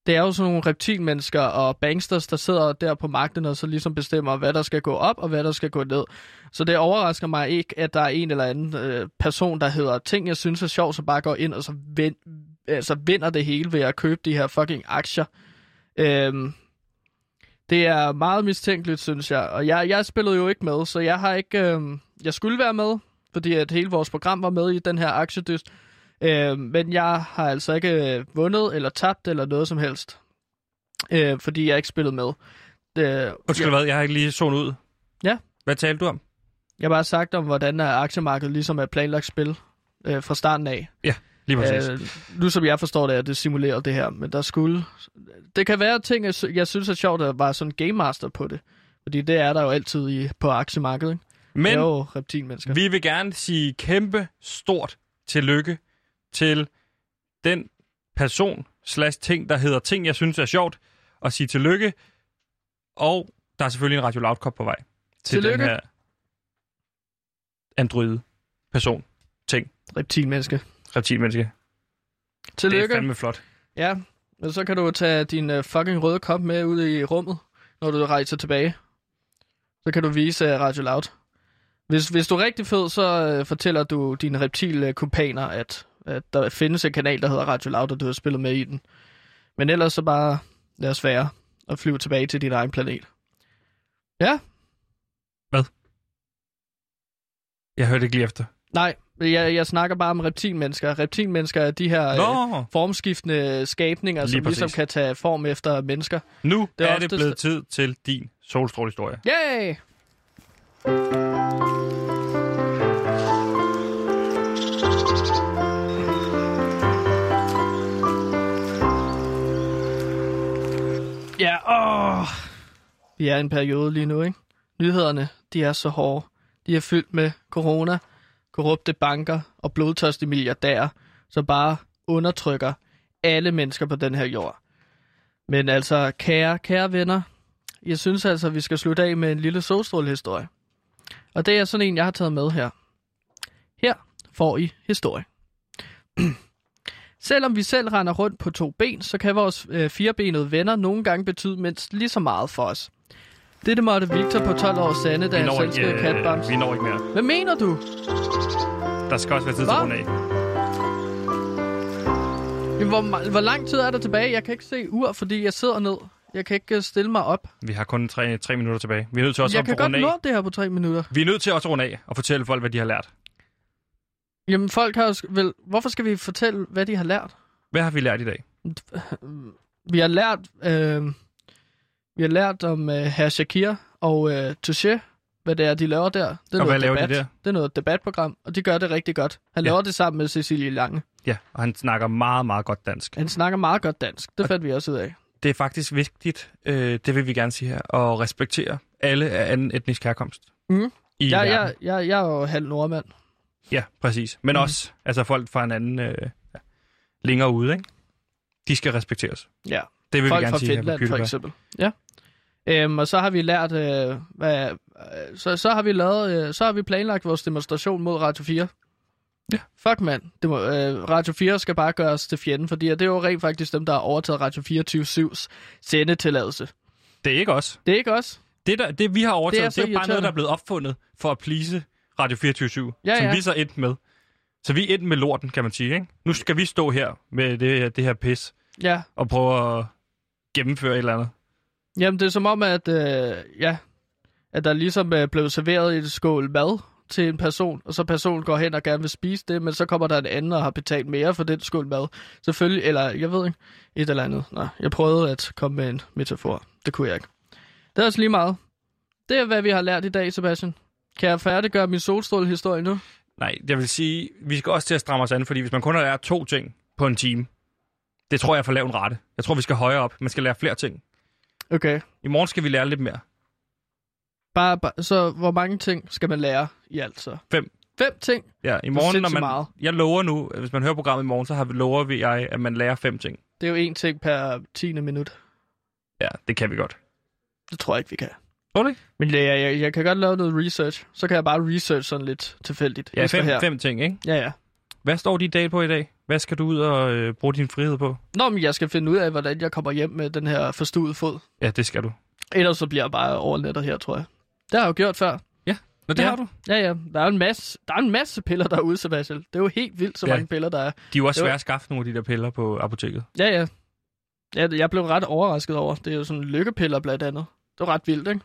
Det er jo sådan nogle reptilmennesker og banksters, der sidder der på magten og så ligesom bestemmer, hvad der skal gå op og hvad der skal gå ned. Så det overrasker mig ikke, at der er en eller anden øh, person, der hedder ting, jeg synes er sjov, så bare går ind og så vind, altså vinder det hele ved at købe de her fucking aktier. Øhm, det er meget mistænkeligt, synes jeg. Og jeg, jeg spillede jo ikke med, så jeg har ikke... Øhm, jeg skulle være med, fordi at hele vores program var med i den her aktiedyst. Øhm, men jeg har altså ikke øh, vundet eller tabt eller noget som helst. Øh, fordi jeg ikke spillede med. Øh,
Undskyld, hvad? Jeg har ikke lige zonet ud.
Ja.
Hvad talte du om?
Jeg har bare sagt om, hvordan er aktiemarkedet ligesom er planlagt spil øh, fra starten af.
Lige præcis.
Øh, nu som jeg forstår det, er det simuleret det her, men der skulle... Det kan være ting, jeg sy- jeg synes er sjovt, at var sådan game master på det. Fordi det er der jo altid i, på aktiemarkedet. Ikke? Men... Det er
Men
jo reptilmennesker. Vi...
Vi vil gerne sige kæmpe stort tillykke til den person slash ting, der hedder ting, jeg synes er sjovt, og sige tillykke Og der er selvfølgelig en Radio Loud Cup på vej. Til
Tillykke.
den her android person, ting,
Reptilmenneske.
reptilmenneske. Det er
Tillykke.
fandme flot.
Ja, men så kan du tage din øh, fucking røde kop med ud i rummet, når du rejser tilbage. Så kan du vise øh, Radio Loud. Hvis, hvis du er rigtig fed, så øh, fortæller du dine reptilkumpaner, at, at der findes en kanal, der hedder Radio Loud, og du har spillet med i den. Men ellers så bare lad os være og flyve tilbage til din egen planet. Ja,
Jeg hørte ikke lige efter.
nej, jeg, jeg snakker bare om reptilmennesker. Reptilmennesker er de her øh,
Nå,
formskiftende skabninger,
Lige
som ligesom
præcis.
kan tage form efter mennesker.
nu
det
det
er
er, er
oftest-
det blevet tid til din solstrålehistorie.
Yay! Ja, åh. Vi er i en periode lige nu, ikke? Nyhederne, de er så hårde. De er fyldt med corona, korrupte banker og blodtørstige milliardærer, som bare undertrykker alle mennesker på den her jord. Men altså, kære, kære venner, jeg synes altså, at vi skal slutte af med en lille solstrålehistorie. Og det er sådan en, jeg har taget med her. Her får I historie. (clears throat) Selvom vi selv render rundt på to ben, så kan vores øh, firebenede venner nogle gange betyde mindst lige så meget for os. Dette måtte Victor på 12 år sande, da
Vi
han
når,
selv
ikke,
skrev Katbams.
øh, vi når ikke mere.
Hvad mener du?
Der skal også være tid til
Hva?
at runde af.
Jamen, Hvor, ma- hvor lang tid er der tilbage? Jeg kan ikke se ur, fordi jeg sidder ned. Jeg kan ikke øh, stille mig op.
Vi har kun tre, tre minutter tilbage. Vi er nødt til også
jeg
at
kan
runde
godt
af.
nå det her på tre minutter.
Vi er nødt til også at runde af og fortælle folk, hvad de har lært.
Jamen, folk har jo... sk- Vel, hvorfor skal vi fortælle, hvad de har lært?
Hvad har vi lært i dag?
Vi har lært... Øh, vi har lært om øh, herr Shakir og øh, Touché, hvad det er, de laver der. Det er
Og hvad
noget
laver de
debat.
der?
Det er noget debatprogram, og de gør det rigtig godt. Han
Ja.
laver det sammen med Cecilie Lange.
Ja, og han snakker meget, meget godt dansk.
Han snakker meget godt dansk. Det fandt vi også ud af.
Det er faktisk vigtigt, øh, det vil vi gerne sige her, at respektere alle af anden etnisk herkomst.
Mm.
I
Jeg,
verden.
jeg, jeg, jeg er jo halv nordmand.
Ja, præcis. Men mm. også altså folk fra en anden øh, ja, længere ude, ikke? De skal respekteres.
Ja.
Det vil vi
Folk
gerne
fra
sige her på
Finland, for
Kyldeberg.
eksempel. Ja. Øhm, og så har vi lært, øh, hvad, øh, så, så har vi lavet, øh, så har vi planlagt vores demonstration mod Radio 4.
Ja.
Fuck mand, det må, øh, Radio 4 skal bare gøres til fjenden, fordi det er jo rent faktisk dem, der har overtaget Radio 24-7's sendetilladelse.
Det er ikke os.
Det er ikke os.
Det, der, det vi har overtaget,
Det
det
er
er,
så
det er bare
irriterende.
noget, der er blevet opfundet for at please Radio 24
Ja,
som
ja.
vi så endte med. Så vi endte med lorten, kan man sige, ikke? Nu skal vi stå her med det, her- det her pis
Ja.
og prøve at gennemføre et eller andet.
Jamen, det er som om, at, øh, ja, at der ligesom øh, blev serveret en skål mad til en person, og så personen går hen og gerne vil spise det, men så kommer der en anden og har betalt mere for den skål mad. Selvfølgelig, eller jeg ved ikke, et eller andet. Nej, jeg prøvede at komme med en metafor. Det kunne jeg ikke. Det er også lige meget. Det er, hvad vi har lært i dag, Sebastian. Kan jeg færdiggøre min solstrålehistorie nu?
Nej, jeg vil sige, vi skal også til at stramme os an, fordi hvis man kun har lært to ting på en time, det tror jeg er for lav en rette. Jeg tror, vi skal højere op. Man skal lære flere ting.
Okay.
I morgen skal vi lære lidt mere.
Bare, bare, så hvor mange ting skal man lære i alt så?
Fem.
Fem ting?
Ja, i morgen, når
sindssygt
man,
meget.
jeg lover nu, hvis man hører programmet i morgen, så har, lover vi jeg, at man lærer fem ting.
Det er jo én ting per tiende minut.
Ja, det kan vi godt.
Det tror jeg ikke, vi kan.
Tror du ikke?
Men ja, jeg, jeg, jeg kan godt lave noget research. Så kan jeg bare research sådan lidt tilfældigt.
Ja,
efter
fem,
her.
fem ting, ikke?
Ja, ja.
Hvad står dit dag på i dag? Hvad skal du ud og øh, bruge din frihed på?
Nå, men jeg skal finde ud af, hvordan jeg kommer hjem med den her forstuede fod.
Ja, det skal du.
Ellers så bliver jeg bare overnattet her, tror jeg. Det har jeg jo gjort før.
Nå, det
Ja.
ja. har du.
Ja, ja. Der er jo en masse, der er en masse piller derude, Sebastian. Det er jo helt vildt, så ja.
Ja.
mange piller der er.
De er jo også
Det var-
svære at skaffe nogle af de der piller på apoteket.
Ja, ja. ja det- jeg blev ret overrasket over. Det er jo sådan lykkepiller blandt andet. Det er jo ret vildt, ikke?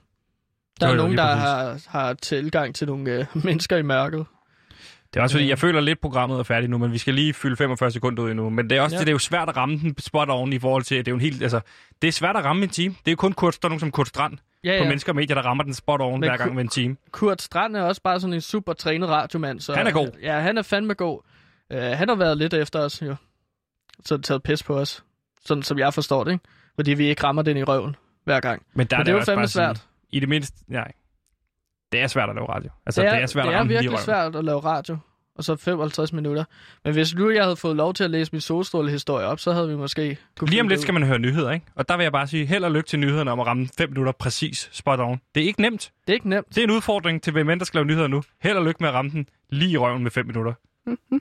Der er
Jo, jo,
nogen,
lige
der har,
præcis.
har tilgang til nogle øh, mennesker i mørket.
Det er også fordi,
Ja.
jeg føler lidt, programmet er færdigt nu, men vi skal lige fylde 45 sekunder ud endnu. Men det er også
Ja.
ja. det, det er jo svært at ramme den spot oven i forhold til, at det er jo en helt, altså, det er svært at ramme en time. Det er jo kun Kurt, der er nogen som Kurt Strand
Ja,
ja,
ja.
på Mennesker og Medier, der rammer den spot oven
Men
hver gang
Kurt-
med en time.
Kurt Strand er også bare sådan en super trænet radiomand. Så øh,
Han er god.
Ja, han er fandme god. Uh, han har været lidt efter os, jo. Så taget pis på os. Sådan som jeg forstår det, ikke? Fordi vi ikke rammer den i røven hver gang.
Men der
Men
er
det er jo
også
fandme
bare at sige,
svært.
I det mindste, nej. Det er svært at lave radio. Altså, det er, svært
det
at
er
ramme den lige i
virkelig
røven.
svært at lave radio. og så 55 minutter. Men hvis nu jeg havde fået lov til at læse min solstrålehistorie op, så havde vi måske... kunne
Lige om
finde
lidt
det
skal
ud.
man høre nyheder, ikke? Og der vil jeg bare sige held og lykke til nyhederne om at ramme 5 minutter præcis spot on. Det er ikke nemt.
Det er ikke nemt.
Det er en udfordring til hvem end der skal lave nyheder nu. Held og lykke med at ramme den lige i røven med 5 minutter.